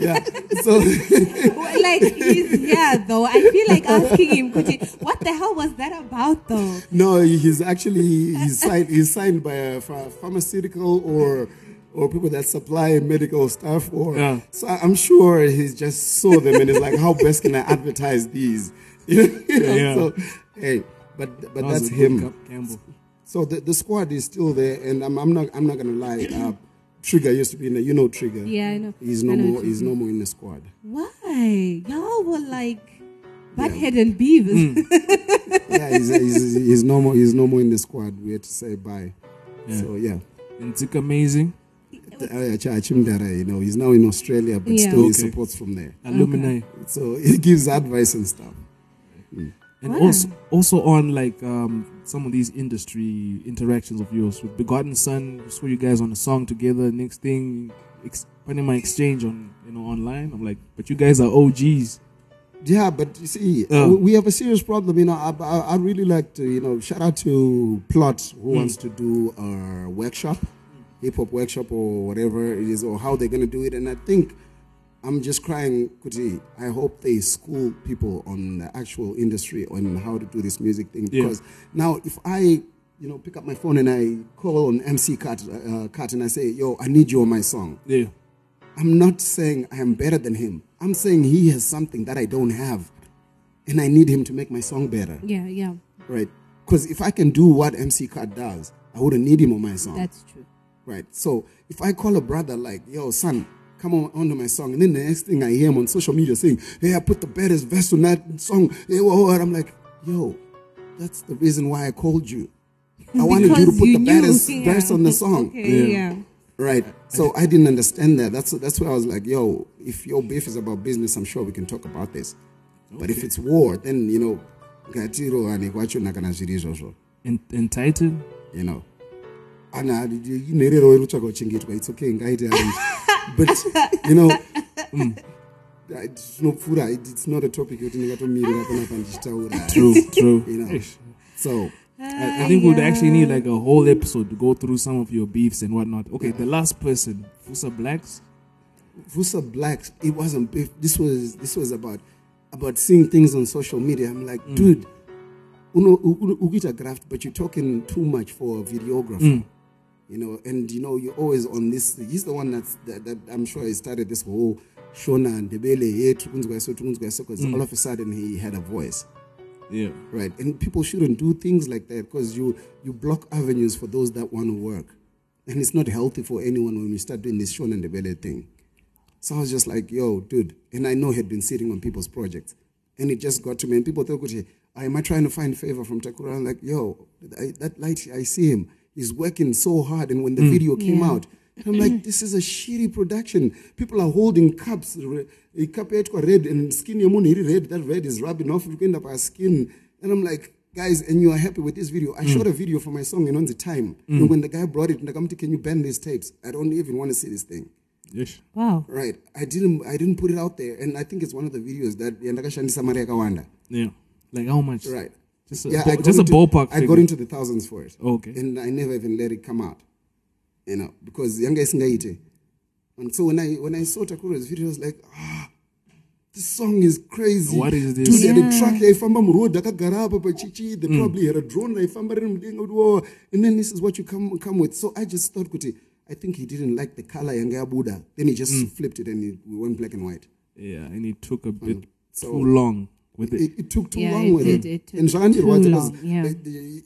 yeah so
Well, like he's yeah though. I feel like asking him, could you, what the hell was that about though?
No, he's actually he's signed he's signed by a ph- pharmaceutical or or people that supply medical stuff or
Yeah.
so I- I'm sure he just saw them and is like, how best can I advertise these? You know, you know,
Yeah.
So hey, but but
That was
that's
a good
him.
Cap- Campbell.
So the, the squad is still there, and I'm, I'm not I'm not gonna lie. Uh, Trigger used to be in the you know Trigger.
Yeah, I know.
He's no
I know
more he's
Trigger.
no more in the squad.
Why y'all were like butthead and beavers?
Hmm.
Yeah, he's, he's, he's no more he's no more in the squad. We had to say bye.
Yeah.
So yeah.
and it's amazing
Uh, Ch- Chimdara, you know, he's now in Australia, but
Yeah.
still he
Okay.
supports from there.
Alumni. Okay.
So he gives advice and stuff.
and
Wow.
also also on like um, some of these industry interactions of yours with Begotten Son. Saw you guys on a song together. Next thing, ex- Panama Exchange on you know online. I'm like, but you guys are OGs.
Yeah, but you see,
Oh.
we- we have a serious problem. You know, I, I, I really like to, you know, shout out to Plot who
Mm.
wants to do a workshop, hip hop workshop or whatever it is, or how they're going to do it. And I think I'm just crying, Kuti. I hope they school people on the actual industry on how to do this music thing.
Yeah.
Because now, if I, you know, pick up my phone and I call on MC Cat, uh, Cat and I say, yo, I need you on my song.
Yeah.
I'm not saying I am better than him. I'm saying he has something that I don't have. And I need him to make my song better.
Yeah, yeah.
Right. Because if I can do what MC Cut does, I wouldn't need him on my song.
That's true.
Right. So if I call a brother like, yo, son, come on onto my song, and then the next thing I hear him on social media saying, hey, I put the baddest verse on that song, hey, whoa, whoa, and I'm like, yo, that's the reason why I called you. I wanted you to
Because
put
you
the
knew,
baddest
yeah.
verse on the song.
Okay, yeah.
Right. So I didn't understand that. That's that's why I was like, yo, if your beef is about business, I'm sure we can talk about this. But if
Okay.
it's war, then you know, gatiro ane kwachona kana zviri izvozvo.
entitled
you know ana nerero irutsvaga kuchengetwa its okay ngaite arrange but you know mm, I- zvinopfuura it- its not a topic yekuti ndingatomirira panapa ndichitaura
True, true.
You know.
Eish.
so
I, I think we'd actually need like a whole episode to go through some of your beefs and whatnot. Okay, the last person, Fusa Blacks.
Fusa Blacks, it wasn't beef. This was this was about about seeing things on social media. I'm like,
Mm.
dude, uno uno- ukuita graft, but you're talking too much for a videographer.
Mm.
You know, and you know you're always on this. He's the one that's that, that I'm sure he started this whole Shona and Debele yeah, tukunzwa so tukunzwa so because
Mm.
all of a sudden he had a voice.
Yeah.
Right, and people shouldn't do things like that because you you block avenues for those that want to work, and it's not healthy for anyone when we start doing this Sean and the belly thing. So I was just like, "Yo, dude," and I know he had been sitting on people's projects, and it just got to me. And people thought, "Kuti, am I trying to find favor from Takura?" I'm like, "Yo, I, that light, I see him. He's working so hard." And when the
Mm.
video came
Yeah.
out, I'm like, "This is a shitty production. People are holding cups. re- A cup yaitwa red and skin yemunhu iri red. That red is rubbing off. You end up our skin." And I'm like. Guys, and you are happy with this video. I
Mm.
shot a video for my song and on the time.
Mm.
And when the guy brought it, and I come to, can you ban these tapes? I don't even want to see this thing.
Yes.
Wow.
Right. I didn't I didn't put it out there. And I think it's one of the videos that Yandakashandisa Maria Kawanda.
Yeah. Like how much?
Right.
Just a,
Yeah,
bo-
I got
just a
into-
ballpark.
I
figure.
got into the thousands for it.
Okay.
And I never even let it come out. You know, because Yanga Isingaite. And so when I when I saw Takura's video, I was like, ah, this song is crazy.
What is this?
Dude, they had
Yeah.
a track yaifamba muroad akagara apa pachichi they
Mm.
probably had a drone yaifamba riri mudenga kuti "Whoa," and then this is what you come, come with so i just thought kuti i think he didn't like the color yanga yabuda then he just
Mm.
flipped it and it went black and white
Yeah, and it took a bit
Mm. So-
too long with it.
it, it took too
Yeah,
long
it
with
did.
it.
It took
and zvakandirwadza
too
'cause
long, yeah.
the- the-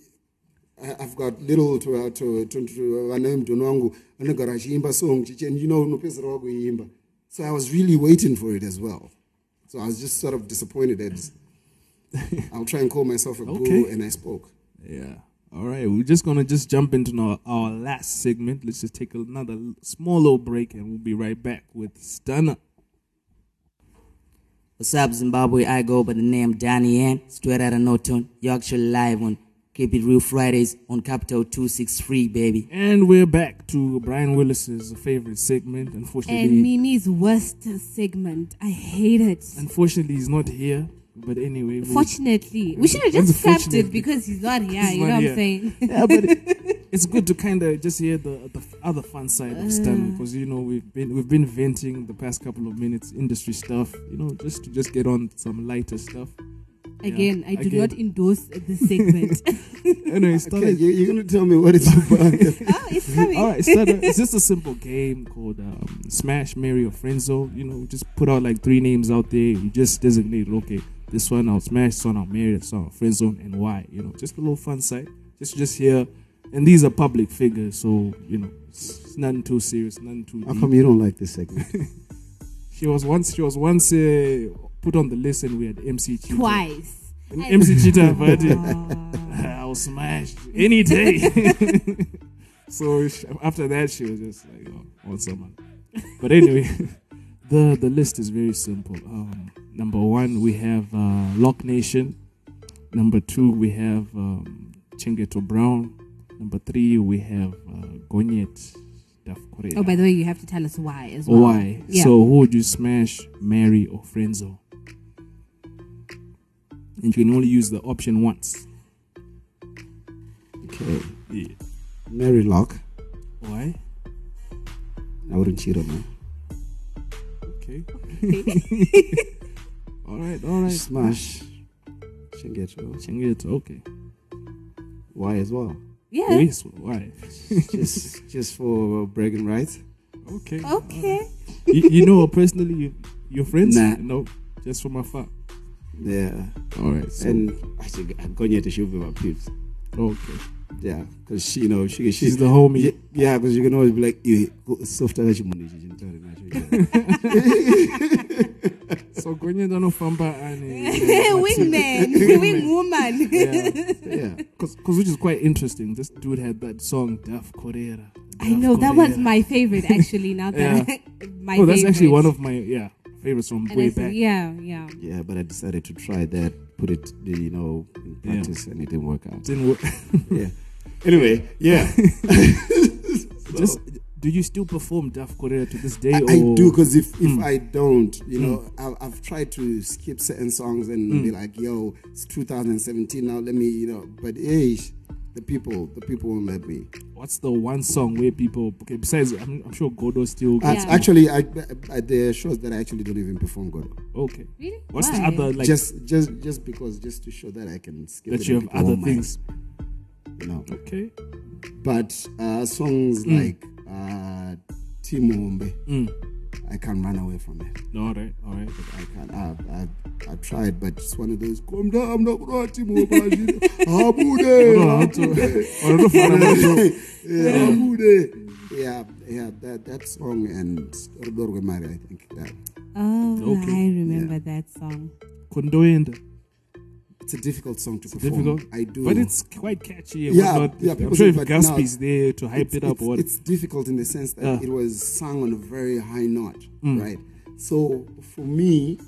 I- I've got little to uh, to to to- vana vemudhono wangu vanogara vachiimba song chichi and you know unopedzisira wakuiimba so I was really waiting for it as well so I was just sort of disappointed that I'll try and call myself a guru
Okay.
and I spoke
Yeah. All right, we're just gonna just jump into our, our last segment. Let's just take another l- small little break, and we'll be right back with Stunner.
What's up, Zimbabwe? I go by the name Danny Ann, straight out of Norton, Yorkshire, live on Keep It Real Fridays on Capital 263, baby.
And we're back to Brian Willis's favorite segment. Unfortunately,
And Mimi's worst segment. I hate it.
Unfortunately, he's not here. But anyway, we'll-
Fortunately, we should have just scrapped it
Unfortunately.
because he's not here.
He's
you
not
know what
here.
I'm saying?
Yeah, but it- it's good to kind of just hear the, the f- other fun side of Stan
Mm.
Uh.
because you know we've been we've been venting the past couple of minutes, industry stuff. You know, just to just get on some lighter stuff. Yeah,
Again, I do
again.
not endorse this segment.
anyway, Stunner.
okay you, you're gonna tell me what it's about
oh, it's coming.
All right, Stunner. It's just a simple game called um, Smash, Mary, or Friendzone. You know, just put out like three names out there. You just designate, okay, this one I'll smash, this one I'll marry, this one I'll friendzone, and why. You know, just a little fun site. Just just here. And these are public figures, so, you know, it's it's nothing too serious, nothing too
how
deep.
come you don't like this segment
She was once, she was once uh, put on the list and we had MC Cheetah.
Twice.
M-
I-
MC Cheetah invited. I was smashed any day. so sh- after that, she was just like, oh, want someone. But anyway, the the list is very simple. Um, number one, we have uh, Lock Nation. Number two, we have um, Chingeto Brown. Number three, we have uh, Gonyet Daf Korea.
Oh, by the way, you have to tell us why as well.
Or Why?
Yeah.
So who would you smash, marry, or friendzone? And you can only use the option once.
okay
Yeah.
Mary Lock
Why?
I wouldn't cheat on her
Okay.
all right, all right.
Smash. Shingetsu.
Shingetsu, okay.
Why as well?
Yeah.
Yes, why?
just just for bragging rights.
Okay.
Okay.
you, you know, personally, you, your friends?
Nah.
No, just from afar.
Yeah.
All right, so-
And I think I'm going to shoot with my peeps.
Okay.
Yeah, because she, you know, she, she
She's the homie.
Ye- Yeah, because you can always be like, you soft touch money.
So, Gonyeda no Famba and. uh,
Wingman, wing woman.
Yeah. Because which is quite interesting. This dude had that song, Daf Correa.
I know that was my favorite actually. Now that my
oh, that's actually
favorite.
one of my yeah favorites from
And
way
I said,
back.
Yeah, yeah.
Yeah, but I decided to try that, put it, you know, in
Yeah.
practice, and it didn't work out.
Didn't work.
yeah. Anyway, yeah.
Just do you still perform Daf Correa to this day?
I,
or?
I do because if, if
Mm.
I don't, you know,
Mm.
I've, I've tried to skip certain songs and
Mm.
be like, yo, it's 2017 now, let me, you know, but hey, the people, the people won't let me.
What's the one song where people? Okay, besides, I'm, I'm sure Godo still.
That's
gets-
Actually, I, I, there are shows that I actually don't even perform God.
Okay. Really? What's the Why? other, like-
just just just because just to show that I can skip
That
it
you
and
have
people
other
won't mind.
things.
No.
Okay.
But uh, songs
Mm.
like uh, Timo Ombe,
Mm.
I can't run away from it.
All right, all right.
I can't. I, I, I tried, but it's one of those. Come down, no, no, Timo Ombe. Abude,
No, I don't- I don't know if I remember.
Yeah, Abude. Yeah, yeah, that that song and Rodorgo Mari, I think. Yeah.
Oh,
Okay.
I remember that song.
Kondoenda.
It's a difficult song to
It's
perform.
difficult.
I do,
But it's quite catchy and
Yeah,
whatnot.
yeah.
I'm
people
sure
say,
if
but
Gatsby
now
is there to hype
it's-
it up
it's-
or what-
It's difficult in the sense that
Yeah.
it was sung on a very high note,
Mm.
right? So for me,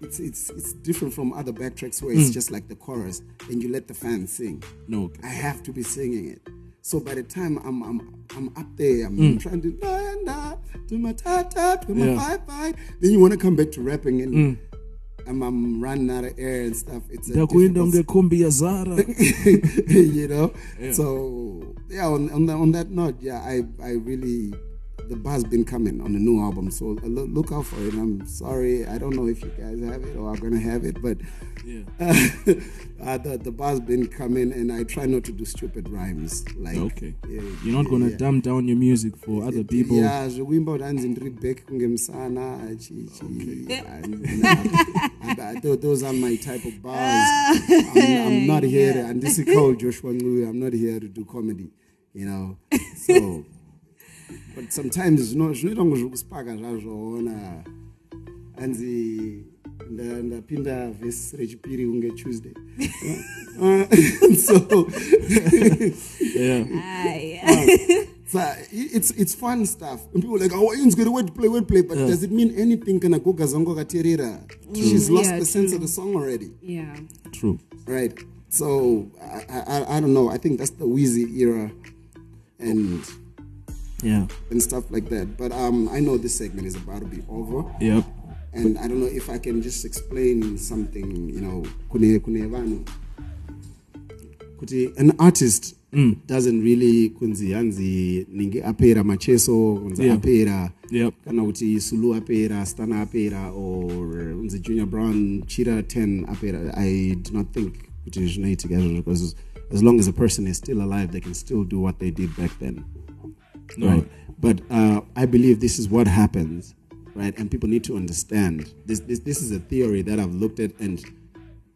it's it's it's different from other backtracks where it's
Mm.
just like the chorus and you let the fans sing.
No, okay.
I have to be singing it. So by the time I'm I'm I'm up there, I'm
Mm.
trying to na, na, do my ta ta, do my
Yeah.
bye bye. Then you want to come back to rapping and.
Mm.
I'm, I'm running out of air and stuff. It's a
Ndakuenda
difficult-
ungekombi ya Zara.
you know.
Yeah.
So yeah, on on, the, on that note, yeah, I I really the bar's been coming on the new album, so uh, lo- look out for it. I'm sorry, I don't know if you guys have it or are gonna have it, but
Yeah.
uh, uh, the the bar's been coming, and I try not to do stupid rhymes. Like
okay.
yeah,
You're not gonna
yeah.
dumb down your music for other people.
Yeah, zvekuimba kuti hanzi ndiri back kungemsana chichi hanzi- nah. Th- th- those are my type of bars I'm, I'm not here to, and this is called Joshua Ngulu I'm not here to do comedy you know so but sometimes zvino- zvinoita kunge zviri kusipaka zvazvoona hanzi nda- ndapinda vhesi rechipiri kunge tuesday Uh, so
Aye.
oh.
Uh, so i- it's it's fun stuff. And people are like, oh, Ian's good word play, word play, but does it mean anything? Kana Goga Zango Katerira. She's
Mm,
lost
yeah,
the sense of the song already.
Yeah.
True.
Right. So I, I- I I don't know. I think that's the Wheezy era and
Yeah.
and stuff like that. But um I know this segment is about to be over.
Yep.
And I don't know if I can just explain something, you know, kune kune vanhu. Kuti an artist
Mm.
doesn't really kunzi hanzi ninge apera macheso kunzi
Yeah.
apera
Yep.
kana kuti sulu apera stana apera or unzi junior brown chira 10 apera i do not think kuti zvinoitika izvozvo because as long as a person is still alive they can still do what they did back then
No.
right but uh, i believe this is what happens right and people need to understand this this, this is a theory that i've looked at and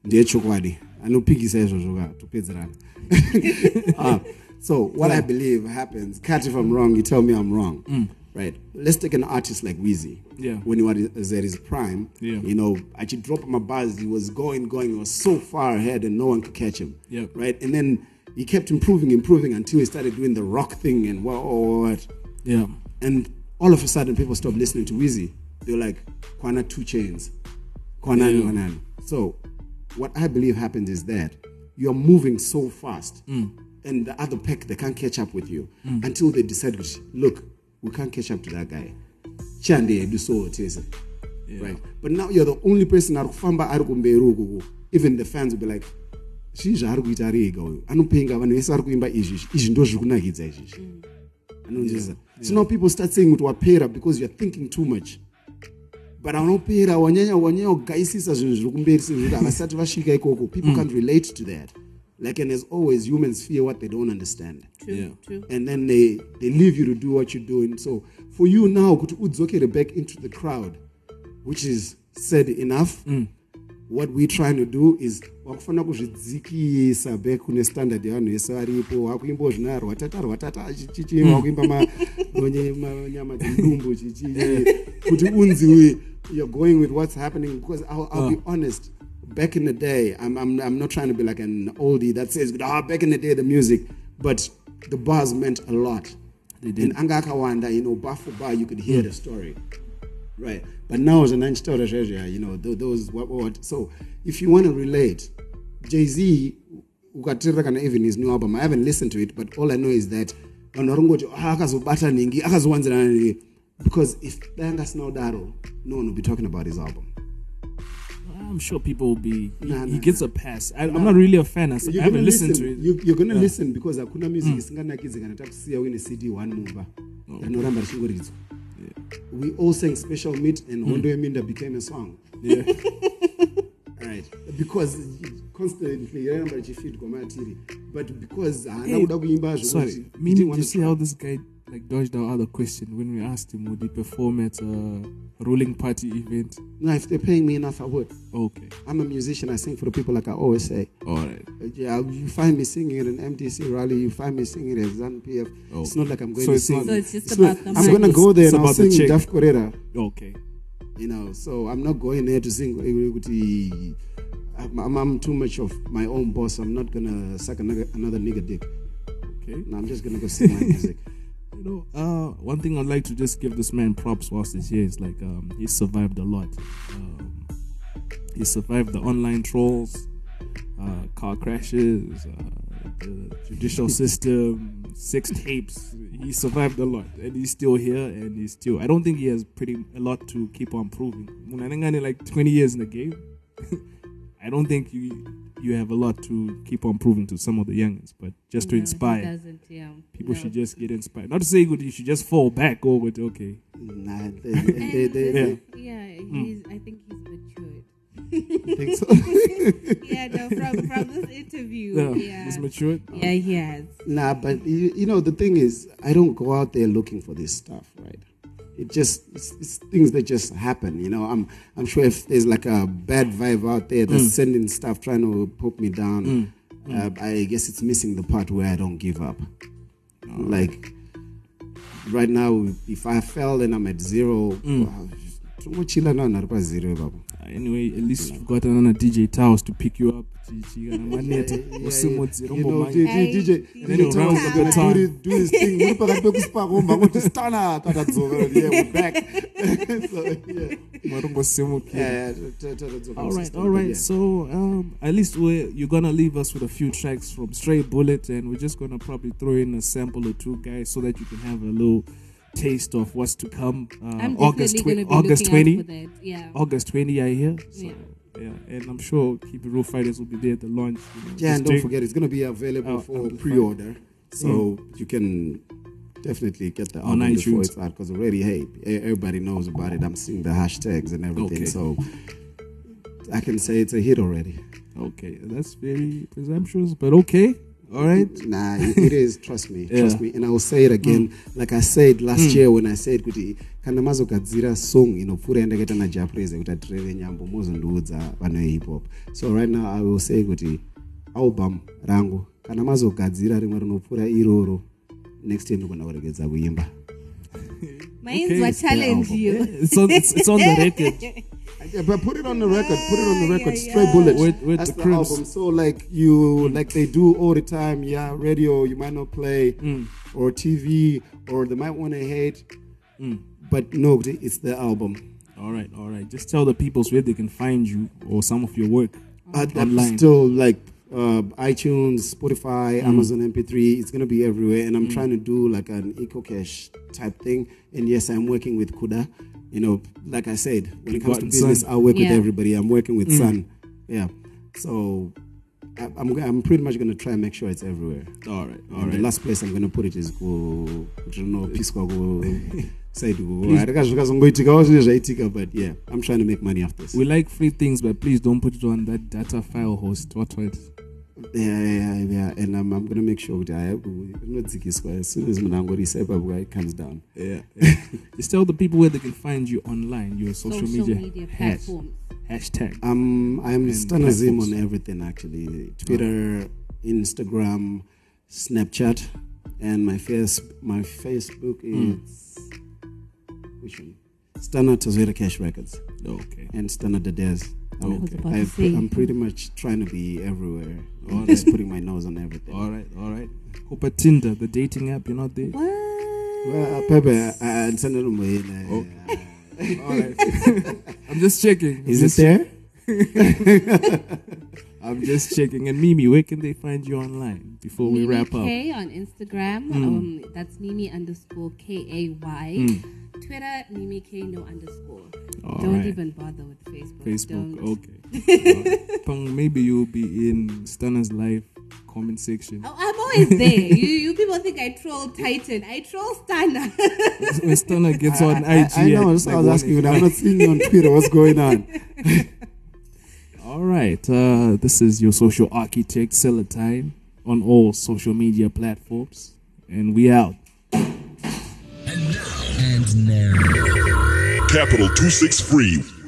ndeyechokwadi anopikisa izvozvo ka topedzerana Ah, so what i believe happens cut if i'm wrong you tell me i'm wrong
Mm.
right let's take an artist like Wheezy.
Yeah.
when he was at his prime
Yeah.
you know actually dropped my bars he was going going he was so far ahead and no one could catch him
Yep.
right and then he kept improving improving until he started doing the rock thing and what what, what.
Yeah.
and all of a sudden people stopped listening to Wheezy. they're like kwana two chains kwana
Yeah.
kwana so what i believe happens is that you're moving so fast and the other pack they can't catch up with you
Mm.
until they decide look we can't catch up to that guy chande do so it is right but now you're the only person ari kufamba ari kumberi ukuku even the fans will be like zvii zvaari kuita ari ega uyu anopenga vanhu vese ari kuimba izvizvi izvi ndo zviri kunakidza izvizvi anonzvisa so now people start saying kuti wapera because you're thinking too much but anopera wanyanya wanyanya kugaisisa zvinhu zviri kumberi sezvekuti havasati vasvika ikoko people
Mm.
can't relate to that like and as always humans fear what they don't understand
True, Yeah. true.
and then they, they leave you to do what you're doing so for you now kuti udzokere back into the crowd which is said enough
Mm.
what we're trying to do is wakufanira kuzvidzikisa back kune standard yevanhu vese varipo wakuimbawo zvino rwatata rwatata chichii
Mm.
wakuimba ma- donye- ma- nyama dzemudumbu chichii kuti unzi you're going with what's happening because i'll, I'll be
Ah.
honest back in the day I'm, I'm, I'm not trying to be like an oldie that says ah, back in the day the music but the bars meant a lot
did.
and anga akawanda you know bar for bar you could hear
Mm.
the story right but now as a nanchitaura zvezvo you know tho- those what, what so if you want to relate jay-z ukateerera kana even his new album i haven't listened to it but all i know is that vanhu varongoti "Ah, akazobata ningi akazowanzirana ningi because if danga asina kudaro no one will be talking about his album
I'm sure people will be. He,
Nah,
he
nah,
gets a pass. I, I'm not really a fan. I, s- I
You're
haven't
gonna
listened
listen.
to it.
You- you're gonna
Yeah.
listen because hakuna music
Mm.
isinganakidzi kana takusiya uine cd one mumba rinoramba richingoridzwa we all sang special meat and
Mm.
Hmm.
hondo yeminda became a song right because constantly yaramba richifidwa matiri but because haana
Hey,
kuda kuimba
Sorry,
zvekuti
meaning you see how this guy like dodged our other question when we asked him would he perform at a ruling party event?
No, if they're paying me enough, I would.
Okay.
I'm a musician. I sing for the people, like I always say.
All right.
Uh, Yeah, you find me singing at an MTC rally. You find me singing at ZANPF.
Oh.
It's not like I'm going
So
to
it's
sing.
not- So it's just
not-
about the
I'm
money.
going to go there
It's
and I'll
about the
sing
check.
Daf Correra.
Okay.
You know, so I'm not going there to sing. uh, with the- I'm, I'm- I'm too much of my own boss. I'm not going to suck another, another nigga dick.
Okay.
No, I'm just going to go sing my music.
You know, uh, one thing I'd like to just give this man props whilst he's here is like um, he survived a lot. Um, he survived the online trolls, uh, car crashes, uh, the judicial system, six tapes. He survived a lot, and he's still here, and he's still. I don't think he has pretty a lot to keep on proving. Munanengane like 20 years in the game. I don't think you you have a lot to keep on proving to some of the youngins, but just to
No, he
inspire.
doesn't, yeah.
People
No.
should just get inspired. Not to say good, you should just fall back or with okay.
Nah, they, they, they,
Yeah.
they,
Yeah,
Mm.
he's. I think he's matured.
think so?
yeah, no, from from this interview,
Yeah,
yeah,
he's matured?
Yeah, he has.
Nah, but you, you know the thing is, I don't go out there looking for this stuff, right? It just it's, it's things that just happen. You know, I'm I'm sure if there's like a bad vibe out there that's
Mm.
sending stuff trying to put me down,
Mm.
Uh, I guess it's missing the part where I don't give up. Like right now, if I fell and I'm at zero,
Mm.
wow, tomochila na naripa zero baba.
Uh, Anyway, at least you've got another DJ Towers to pick you up. Chichi, and I'm
Yeah,
at it.
yeah, yeah.
Osimotsi,
You know,
Rombo Mine.
DJ DJ
And then you
DJ
round up your
Towers, do
time.
this- do his thing muri pakati pekusipako mbangoti stana akatadzoka yeah we're back so yeah
Marumbo Simotsi.
Yeah, yeah, t- t- t-
All right,
system,
all right.
yeah.
So um, at least we you're gonna leave us with a few tracks from Stray Bullet, and we're just gonna probably throw in a sample or two, guys, so that you can have a little taste of what's to come. Uh,
I'm
August
definitely gonna
twen-
be
August
looking
twenty, Oh,
out for that, yeah.
August twenty, I hear. So,
Yeah.
yeah. and I'm sure Keep It Real Fridays will be there at the launch. you know,
Yeah, and
just
don't
doing-
forget it's gonna be available
Oh, Mm.
for
amplified.
pre-order, so you can definitely get the
On
album before
iTunes.
it's out because already hey e- everybody knows about it. I'm seeing the hashtags and everything,
Okay.
so I can say it's a hit already.
Okay, that's very presumptuous, but okay. All right.
Nah, it it is. Trust me.
Yeah.
Trust me. And I will say it again, like I said last
Mm.
year when I said kuti kana mazogadzira song inopfuura yandakaita najaprese kuti atireve nyambo mozondiudza vano hip hop. So right now I will say kuti album rangu kana mazogadzira rimwe rinopfuura iroro next year ndogona kuregedza kuimba.
Mine's what challenge you.
It's on, it's, it's on the record.
Yeah, but put it on the record. Put it on the record. Stray Bullet.
With- with
That's
the
the,
Crips.
album. So like you, like they do all the time. Yeah, radio. You might not play,
Mm.
or TV, or they might want to hate.
Mm.
But no, th- it's the album.
All right, all right. Just tell the peoples where they can find you or some of your work
Uh, th-
online.
Still like uh, iTunes, Spotify,
Mm.
Amazon MP3. It's gonna be everywhere. And I'm
Mm.
trying to do like an eco cash type thing. And yes, I'm working with Kuda. You know, like I said, when it comes to
Button,
business,
Sun.
I work with
Yeah.
everybody. I'm working with
Mm.
Sun. Yeah. So I, I'm, go- I'm pretty much going to try and make sure it's everywhere.
All right, all
And The
right.
last place I'm going to put it is ku kunopiswa ku side ku
Please.
harika zvakazongoitikawo zvine zvaitika but yeah I'm trying to make money off this.
We like free things, but please don't put it on that data file host. What what?
Yeah, yeah, yeah, yeah. And I'm, I'm gonna make sure kuti hai rinodzingiswa as soon as munhu angorisa ipapo it comes down.
Yeah. Just tell the people where they can find you online, your social,
Social
media,
media
hash-
platforms.
hashtag.
Um, I'm
and
Stanazim
platforms.
on everything actually Twitter, Instagram, Snapchat, and my face my Facebook
Hmm.
is which one? Stana Tazwera Cash Records.
Okay.
And Stana Dadez.
I was
I'm,
about to
i
say.
I'm pretty much trying to be everywhere.
All
Just
right.
putting my nose on everything.
All right, all right. Oh, but Tinder, the dating app, you're not there.
Well, Uh, Pepe, I, I send it on my Okay.
All right. I'm just checking.
Is
I'm
it there?
there? I'm just checking. And Mimi, where can they find you online before we
Mimi
wrap up?
K on Instagram.
Mm.
Um, that's Mimi underscore K A Y.
Mm.
Twitter Mimi K no underscore.
All
Don't
right.
even bother with Facebook.
Facebook,
Don't.
okay. All right. Pung, maybe you'll be in Stana's live comment section.
Oh, I'm always there. you, you people think I troll Titan. I troll Stana.
when Stana gets on
I,
IG.
I know, that's what I was asking you. I'm not seeing you on Twitter. What's going on?
All right. Uh, this is your social architect, Celatine, on all social media platforms. And we out.
And now.
Capital 263